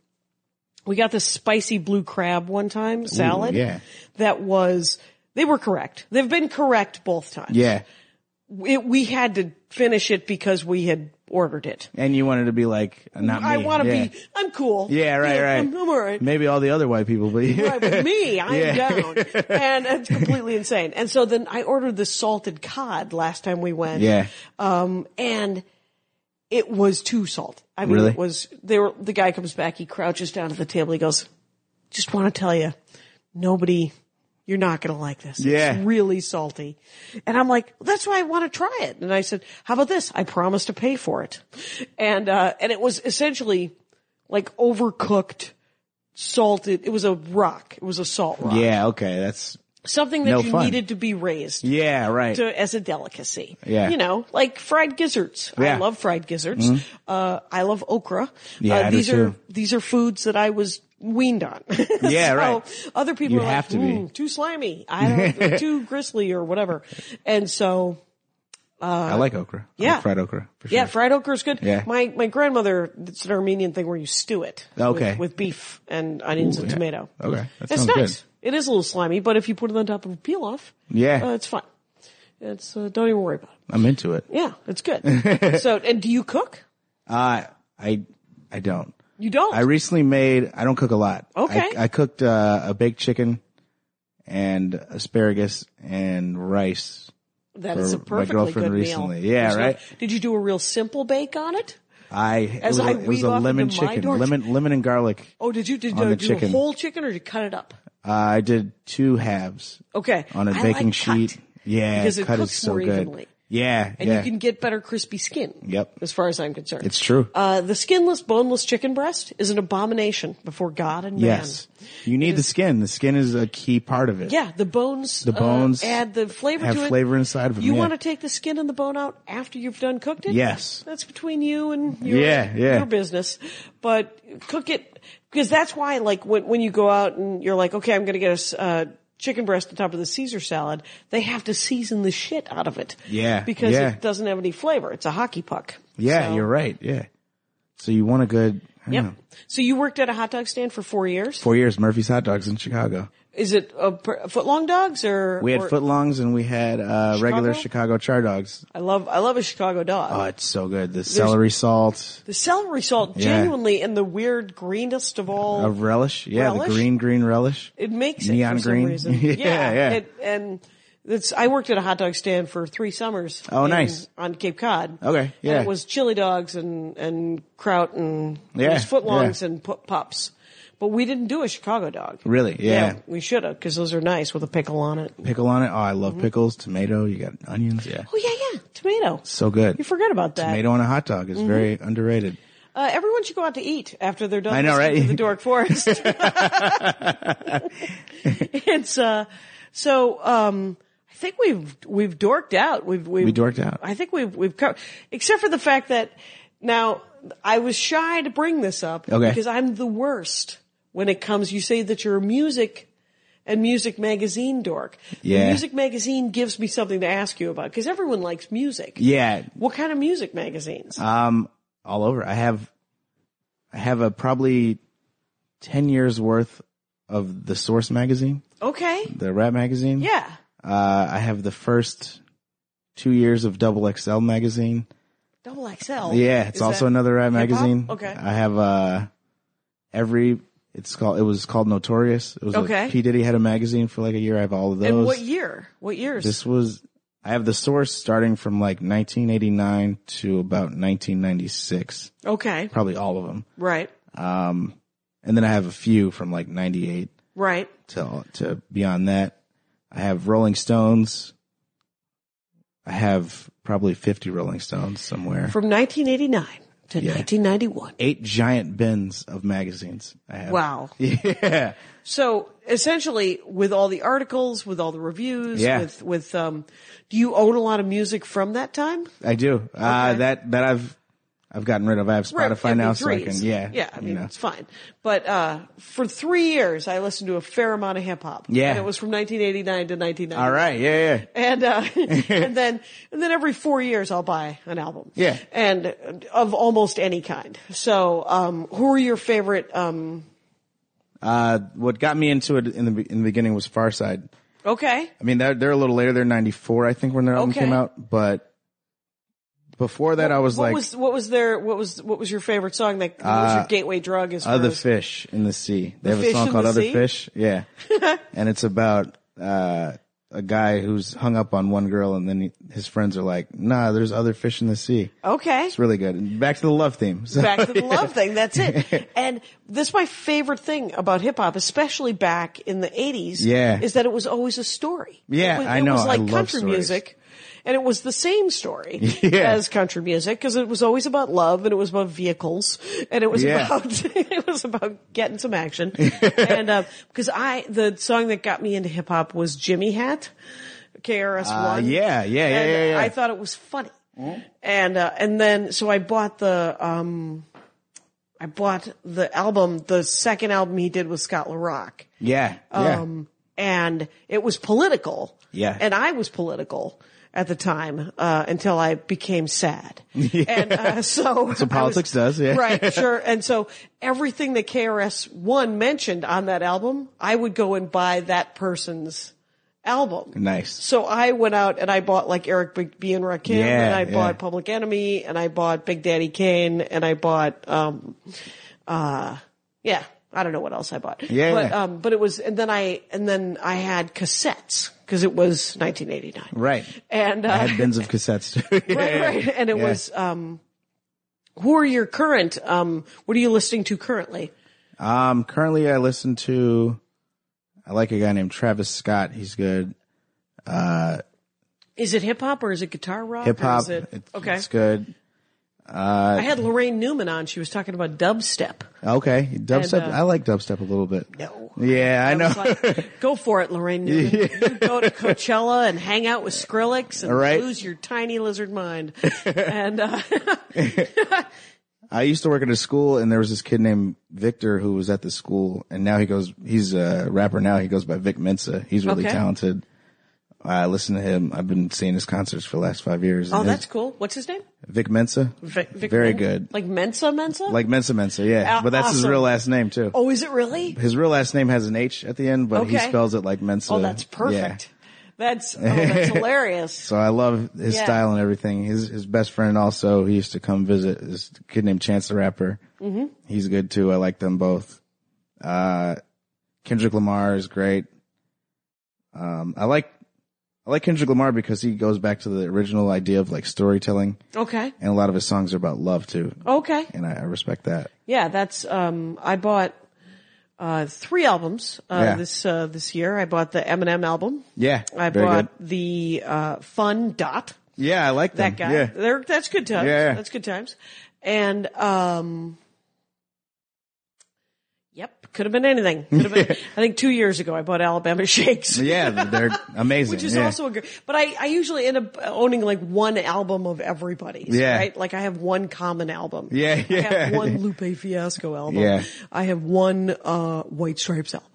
S3: we got this spicy blue crab one time salad
S5: yeah.
S3: that was they were correct. They've been correct both times.
S5: Yeah,
S3: It, we had to finish it because we had ordered it.
S5: and you wanted to be like not me.
S3: I want to
S5: yeah.
S3: be. I'm cool.
S5: Yeah, right, right.
S3: I'm, I'm all right.
S5: Maybe all the other white people, but
S3: Right, but (laughs) me, I am
S5: Yeah.
S3: down, and it's completely insane. And so then I ordered the salted cod last time we went.
S5: (laughs) yeah,
S3: Um, and it was too salt. I mean,
S5: Really?
S3: it was, they were, the guy comes back, he crouches down at the table, he goes, just want to tell you, nobody, you're not going to like this.
S5: Yeah.
S3: It's really salty. And I'm like, that's why I want to try it. And I said, how about this? I promise to pay for it. And, uh, and it was essentially like overcooked, salted. It was a rock. It was a salt rock.
S5: yeah. Okay, that's
S3: Something that
S5: No
S3: you
S5: fun.
S3: needed to be raised
S5: yeah, right.
S3: to as a delicacy.
S5: Yeah.
S3: You know, like fried gizzards.
S5: Yeah. Mm-hmm.
S3: I love fried gizzards. Uh, I love okra.
S5: Yeah,
S3: uh,
S5: I do
S3: these are
S5: too.
S3: these are foods that I was weaned on. (laughs)
S5: Yeah,
S3: So
S5: right.
S3: Other people
S5: You
S3: are
S5: have
S3: like,
S5: to be.
S3: "Mm, too slimy. I
S5: (laughs)
S3: don't, too gristly or whatever. And so
S5: I like okra. I
S3: uh, yeah.
S5: like fried okra. For sure.
S3: Yeah, fried okra is good.
S5: Yeah.
S3: My my grandmother, it's an Armenian thing where you stew it.
S5: Okay.
S3: With, with beef and onions and
S5: yeah.
S3: tomato.
S5: Okay, that
S3: it's
S5: sounds good.
S3: nice. It is a little slimy, but if you put it on top of a peel off,
S5: Yeah.
S3: uh, it's fine. It's uh, don't even worry about it.
S5: I'm into it.
S3: Yeah, it's
S5: (laughs)
S3: good. so, and do you cook?
S5: Uh, I I don't.
S3: You don't.
S5: I recently made. I don't cook a lot.
S3: Oh. Okay.
S5: I, I cooked uh, a baked chicken and asparagus and rice.
S3: that is a
S5: for my
S3: perfectly
S5: girlfriend
S3: good
S5: recently.
S3: meal.
S5: Yeah,
S3: There's no-
S5: right?
S3: did you do a real simple bake on it?
S5: I it
S3: As
S5: was, a-
S3: I
S5: it was
S3: weave
S5: a
S3: off
S5: lemon
S3: into my
S5: chicken,
S3: dark-
S5: lemon lemon and garlic.
S3: Oh, did you did
S5: On
S3: you
S5: the
S3: do a
S5: chicken.
S3: whole chicken or did you cut it up?
S5: Uh, I did two halves.
S3: Okay.
S5: On a
S3: Oh, I
S5: baking
S3: like cut.
S5: sheet. Yeah,
S3: Because it
S5: cut
S3: cooks
S5: is so
S3: more
S5: good.
S3: evenly.
S5: Yeah,
S3: And
S5: yeah.
S3: you can get better crispy skin.
S5: Yep.
S3: As far as I'm concerned.
S5: it's true.
S3: Uh, the skinless, boneless chicken breast is an abomination before God and
S5: yes,
S3: man.
S5: you need the skin. The skin is a key part of it.
S3: Yeah, the bones.
S5: The bones
S3: uh, add the flavor
S5: have
S3: to it.
S5: flavor inside of them,
S3: You
S5: yeah.
S3: want to take the skin and the bone out after you've done cooked it?
S5: Yes.
S3: That's between you and your,
S5: Yeah, yeah.
S3: your business. But cook it because that's why, like, when when you go out and you're like, okay, I'm going to get a. s- Uh, Chicken breast on top of the Caesar salad, they have to season the shit out of it.
S5: Yeah,
S3: Because
S5: yeah.
S3: it doesn't have any flavor. It's a hockey puck.
S5: Yeah,
S3: So-
S5: you're right. Yeah. So you want a good. I don't
S3: Yep.
S5: know,
S3: So you worked at a hot dog stand for four years?
S5: four years Murphy's hot dogs in Chicago.
S3: Is it a per, footlong dogs or
S5: We had
S3: or-
S5: footlongs and we had uh, regular Chicago char dogs.
S3: I love I love a Chicago dog.
S5: Oh, it's so good. The celery salt,
S3: the celery salt,
S5: Yeah.
S3: genuinely, and the weird greenest of all,
S5: a uh, relish. Yeah,
S3: Relish?
S5: the green green relish.
S3: it makes it
S5: neon
S3: for some
S5: green.
S3: reason.
S5: (laughs) Yeah, yeah.
S3: It, and it's I worked at a hot dog stand for three summers.
S5: Oh,
S3: in-
S5: nice.
S3: on Cape Cod.
S5: Okay,
S3: And
S5: yeah.
S3: it was chili dogs and and kraut and it
S5: Yeah,
S3: was footlongs
S5: yeah.
S3: and pu- pups. But we didn't do a Chicago dog.
S5: Really? Yeah.
S3: we should have because those are nice with a pickle on it.
S5: Pickle on it. Oh, I love pickles. Tomato. You got onions. Yeah.
S3: Oh Mm-hmm. yeah, yeah, tomato.
S5: So good.
S3: You forgot about that. Mm-hmm.
S5: Tomato on a hot dog is very underrated.
S3: Uh, everyone should go out to eat after they're done.
S5: I know,
S3: listening
S5: right?
S3: To the Dork
S5: (laughs)
S3: Forest. (laughs) it's uh, so um, I think we've we've dorked out. We've, we've
S5: We dorked out.
S3: I think we've we've covered, except for the fact that now I was shy to bring this up
S5: Okay.
S3: because I'm the worst when it comes. You say that you're a music and music magazine dork. The
S5: Yeah.
S3: music magazine gives me something to ask you about because everyone likes music.
S5: Yeah.
S3: What kind of music magazines?
S5: Um, all over. I have, I have a probably 10 years worth of the Source magazine,
S3: okay.
S5: the rap magazine.
S3: Yeah.
S5: Uh, I have the first two years of Double XL magazine.
S3: Double XL.
S5: Yeah, it's
S3: Is
S5: also
S3: that
S5: another rap
S3: hip-hop?
S5: magazine.
S3: Okay.
S5: I have uh every it's called it was called Notorious. It was like
S3: Okay.
S5: P Diddy had a magazine for like a year. I have all of those.
S3: and what year? What years?
S5: This was I have the source starting from like 1989 to about 1996,
S3: okay.
S5: probably all of them.
S3: Right.
S5: And then I have a few from like 98
S3: Right.
S5: to to beyond that. I have Rolling Stones. I have probably 50 Rolling Stones somewhere.
S3: From 1989 to
S5: Yeah.
S3: 1991.
S5: eight giant bins of magazines. I have.
S3: Wow.
S5: (laughs) Yeah.
S3: So essentially, with all the articles, with all the reviews,
S5: Yeah.
S3: with with um, do you own a lot of music from that time?
S5: I do. Uh,
S3: Okay.
S5: that, that I've, I've gotten rid of. I have
S3: Right,
S5: Spotify now, so I
S3: MP3s.
S5: can, yeah.
S3: yeah. I
S5: you
S3: mean,
S5: know.
S3: it's fine. But uh, for three years, I listened to a fair amount of hip hop.
S5: Yeah.
S3: and it was from 1989 to 1990.
S5: All right. Yeah. Yeah.
S3: and
S5: (laughs)
S3: uh, and then and then every four years I'll buy an album.
S5: Yeah.
S3: and uh, of almost any kind. So, um, who are your favorite? Um,
S5: Uh, what got me into it in the, be- in the beginning was Farside.
S3: okay,
S5: I mean, they're, they're a little later. They're 94, I think, when their album
S3: Okay.
S5: came out, but before that, I was
S3: what
S5: like,
S3: was what was their what was what was your favorite song? That what was your gateway drug? As far
S5: Uh, Other
S3: as-
S5: Fish in the Sea. They have
S3: Fish
S5: a song
S3: in
S5: called
S3: the
S5: Other
S3: Sea?
S5: Fish.
S3: (laughs)
S5: Yeah. and it's about, uh, a guy who's hung up on one girl and then he, his friends are like, nah, there's other fish in the sea.
S3: okay.
S5: It's really good. And back to the love theme. So- (laughs)
S3: Back to the love thing. That's it. And that's my favorite thing about hip hop, especially back in the 80s.
S5: Yeah.
S3: Is that it was always a story.
S5: Yeah,
S3: It was,
S5: I
S3: It
S5: know.
S3: was
S5: I
S3: like
S5: love
S3: country
S5: stories.
S3: music. And it was the same story
S5: (laughs) Yeah.
S3: as country music because it was always about love and it was about vehicles and it was
S5: Yeah.
S3: about (laughs) it was about getting some
S5: (laughs)
S3: action and because I the song that got me into hip hop was Jimmy Hat, KRS One.
S5: Uh, yeah, yeah, yeah,
S3: And
S5: yeah, yeah.
S3: I thought it was funny, and uh, and then so I bought the um, I bought the album, the second album he did with Scott LaRock.
S5: Yeah. Yeah.
S3: Um, and it was political.
S5: Yeah.
S3: And I was political at the time, uh, until I became
S5: (laughs)
S3: sad. And, uh, so. That's
S5: what politics does, yeah. (laughs)
S3: Right, sure. And so everything that KRS-One mentioned on that album, I would go and buy that person's album.
S5: nice.
S3: So I went out and I bought like Eric B- Bienra Kim
S5: Yeah,
S3: and I
S5: yeah.
S3: bought Public Enemy and I bought Big Daddy Kane and I bought, um, uh, yeah, I don't know what else I bought.
S5: Yeah,
S3: But,
S5: yeah.
S3: um, but it was, and then I, and then I had cassettes because it was 1989.
S5: Right.
S3: And, uh,
S5: I had bins of cassettes too. (laughs)
S3: (laughs)
S5: Yeah,
S3: right,
S5: yeah.
S3: right. And it
S5: Yeah.
S3: was, um, who are your current, um, what are you listening to currently?
S5: Um, currently I listen to, I like a guy named Travis Scott. He's good.
S3: Is it hip hop or is it guitar rock? or
S5: Hip hop.
S3: is it- Okay.
S5: It's good.
S3: I had Lorraine Newman on. She was talking about dubstep.
S5: Okay. Dubstep.
S3: And, uh,
S5: I like dubstep a little bit.
S3: No.
S5: Yeah, I
S3: I
S5: know.
S3: was like, go for it, Lorraine
S5: (laughs)
S3: Newman. You go to Coachella and hang out with Skrillex and
S5: All right.
S3: lose your tiny lizard
S5: (laughs)
S3: mind. And uh, (laughs)
S5: (laughs) I used to work at a school and there was this kid named Victor who was at the school and now he goes, he's a rapper now. He goes by Vic Mensa. He's really
S3: Okay.
S5: talented. I listen to him. I've been seeing his concerts for the last five years.
S3: oh,
S5: and his-
S3: that's cool. What's his name?
S5: Vic Mensa.
S3: Vic- Vic
S5: Very
S3: Men-
S5: good.
S3: Like Mensa Mensa.
S5: Like Mensa Mensa, yeah.
S3: Aw-
S5: but that's his
S3: awesome.
S5: real last name too.
S3: oh, is it really?
S5: His real last name has an H at the end, but he
S3: Okay.
S5: spells it like Mensa.
S3: oh, that's perfect.
S5: Yeah.
S3: That's oh, (laughs) that's hilarious.
S5: So I love his
S3: Yeah.
S5: style and everything. His his best friend also he used to come visit is a kid named Chance the Rapper. Mm-hmm. He's good too. I like them both. Uh, Kendrick Lamar is great. Um, I like I like Kendrick Lamar because he goes back to the original idea of like storytelling,
S3: Okay.
S5: and a lot of his songs are about love too.
S3: Okay.
S5: And I, I respect that.
S3: Yeah, that's um I bought uh three albums uh
S5: Yeah.
S3: this uh this year. I bought the Eminem album.
S5: Yeah,
S3: I
S5: very
S3: bought
S5: good.
S3: the uh Fun Dot.
S5: Yeah, I like them.
S3: that guy.
S5: Yeah.
S3: (laughs) They're, that's good times.
S5: Yeah, yeah.
S3: That's good times. And, um, yep, could have been anything. Could have (laughs) been, I think two years ago I bought Alabama (laughs) Shakes.
S5: Yeah, they're amazing.
S3: Which is
S5: yeah.
S3: also a good, but I, I usually end up owning like one album of everybody's,
S5: Yeah.
S3: right? Like I have one common album.
S5: Yeah,
S3: I have
S5: yeah. (laughs)
S3: one Lupe Fiasco album.
S5: Yeah.
S3: I have one, uh, White Stripes album.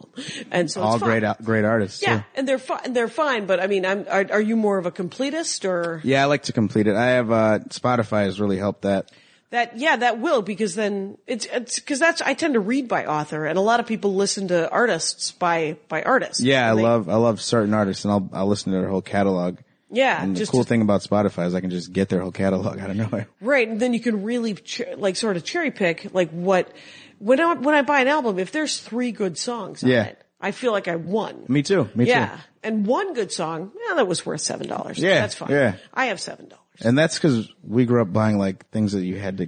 S3: And so
S5: all
S3: it's fine.
S5: great, al- great artists.
S3: Yeah.
S5: too.
S3: And they're fine. They're fine. But I mean, I'm, are, are you more of a completist or?
S5: Yeah, I like to complete it. I have uh Spotify has really helped that.
S3: That yeah, that will because then it's it's because that's I tend to read by author, and a lot of people listen to artists by by artists.
S5: Yeah, I
S3: And they-
S5: love I love certain artists, and I'll I'll listen to their whole catalog.
S3: yeah.
S5: and the
S3: just
S5: cool thing about Spotify is I can just get their whole catalog out of nowhere.
S3: right, and then you can really ch- like sort of cherry pick like what when I when I buy an album if there's three good songs on
S5: Yeah.
S3: it, I feel like I won.
S5: (laughs) Me too. Me
S3: yeah,
S5: too.
S3: and one good song, yeah, that was worth seven dollars.
S5: Yeah,
S3: that's fine.
S5: yeah.
S3: I have seven dollars.
S5: And that's because we grew up buying like things that you had to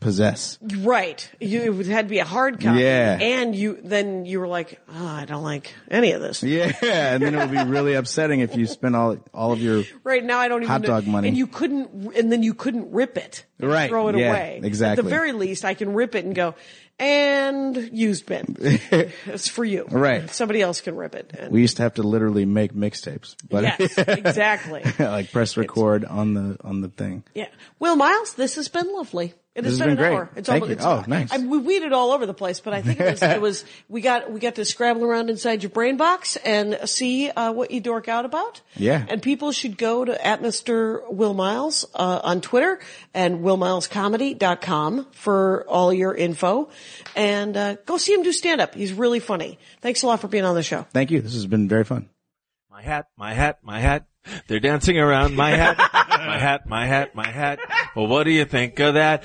S5: possess.
S3: Right. You, it would- had to be a hard copy.
S5: Yeah.
S3: And you, then you were like, oh, I don't like any of this.
S5: Yeah, (laughs) and then it would be really upsetting if you spent all all of your
S3: Right now, I don't even
S5: Hot
S3: know.
S5: dog money.
S3: and you couldn't, and then you couldn't rip it,
S5: Right,
S3: Throw it
S5: yeah,
S3: away.
S5: exactly.
S3: At the very least, I can rip it and go, and used
S5: (laughs)
S3: bin. it's for you,
S5: Right.
S3: Somebody else can rip it. And
S5: we used to have to literally make mixtapes, but
S3: yes, exactly.
S5: (laughs) like press record on the on the thing.
S3: Yeah. Well, Miles, this has been lovely. It
S5: This has
S3: has been,
S5: been
S3: an
S5: great.
S3: hour. It's
S5: Thank
S3: almost,
S5: you.
S3: It's,
S5: Oh, nice.
S3: I, we weeded all over the place, but I think it was, it was we got we got to scrabble around inside your brain box and see uh, what you dork out about.
S5: Yeah.
S3: And people should go to at Mr. Will Miles uh, on Twitter and willmilescomedy.com for all your info, and uh, go see him do stand up. He's really funny. Thanks a lot for being on the show.
S5: Thank you. This has been very fun.
S6: My hat, my hat, my hat. They're dancing around my hat, my hat, my hat, my hat. Well, what do you think of that?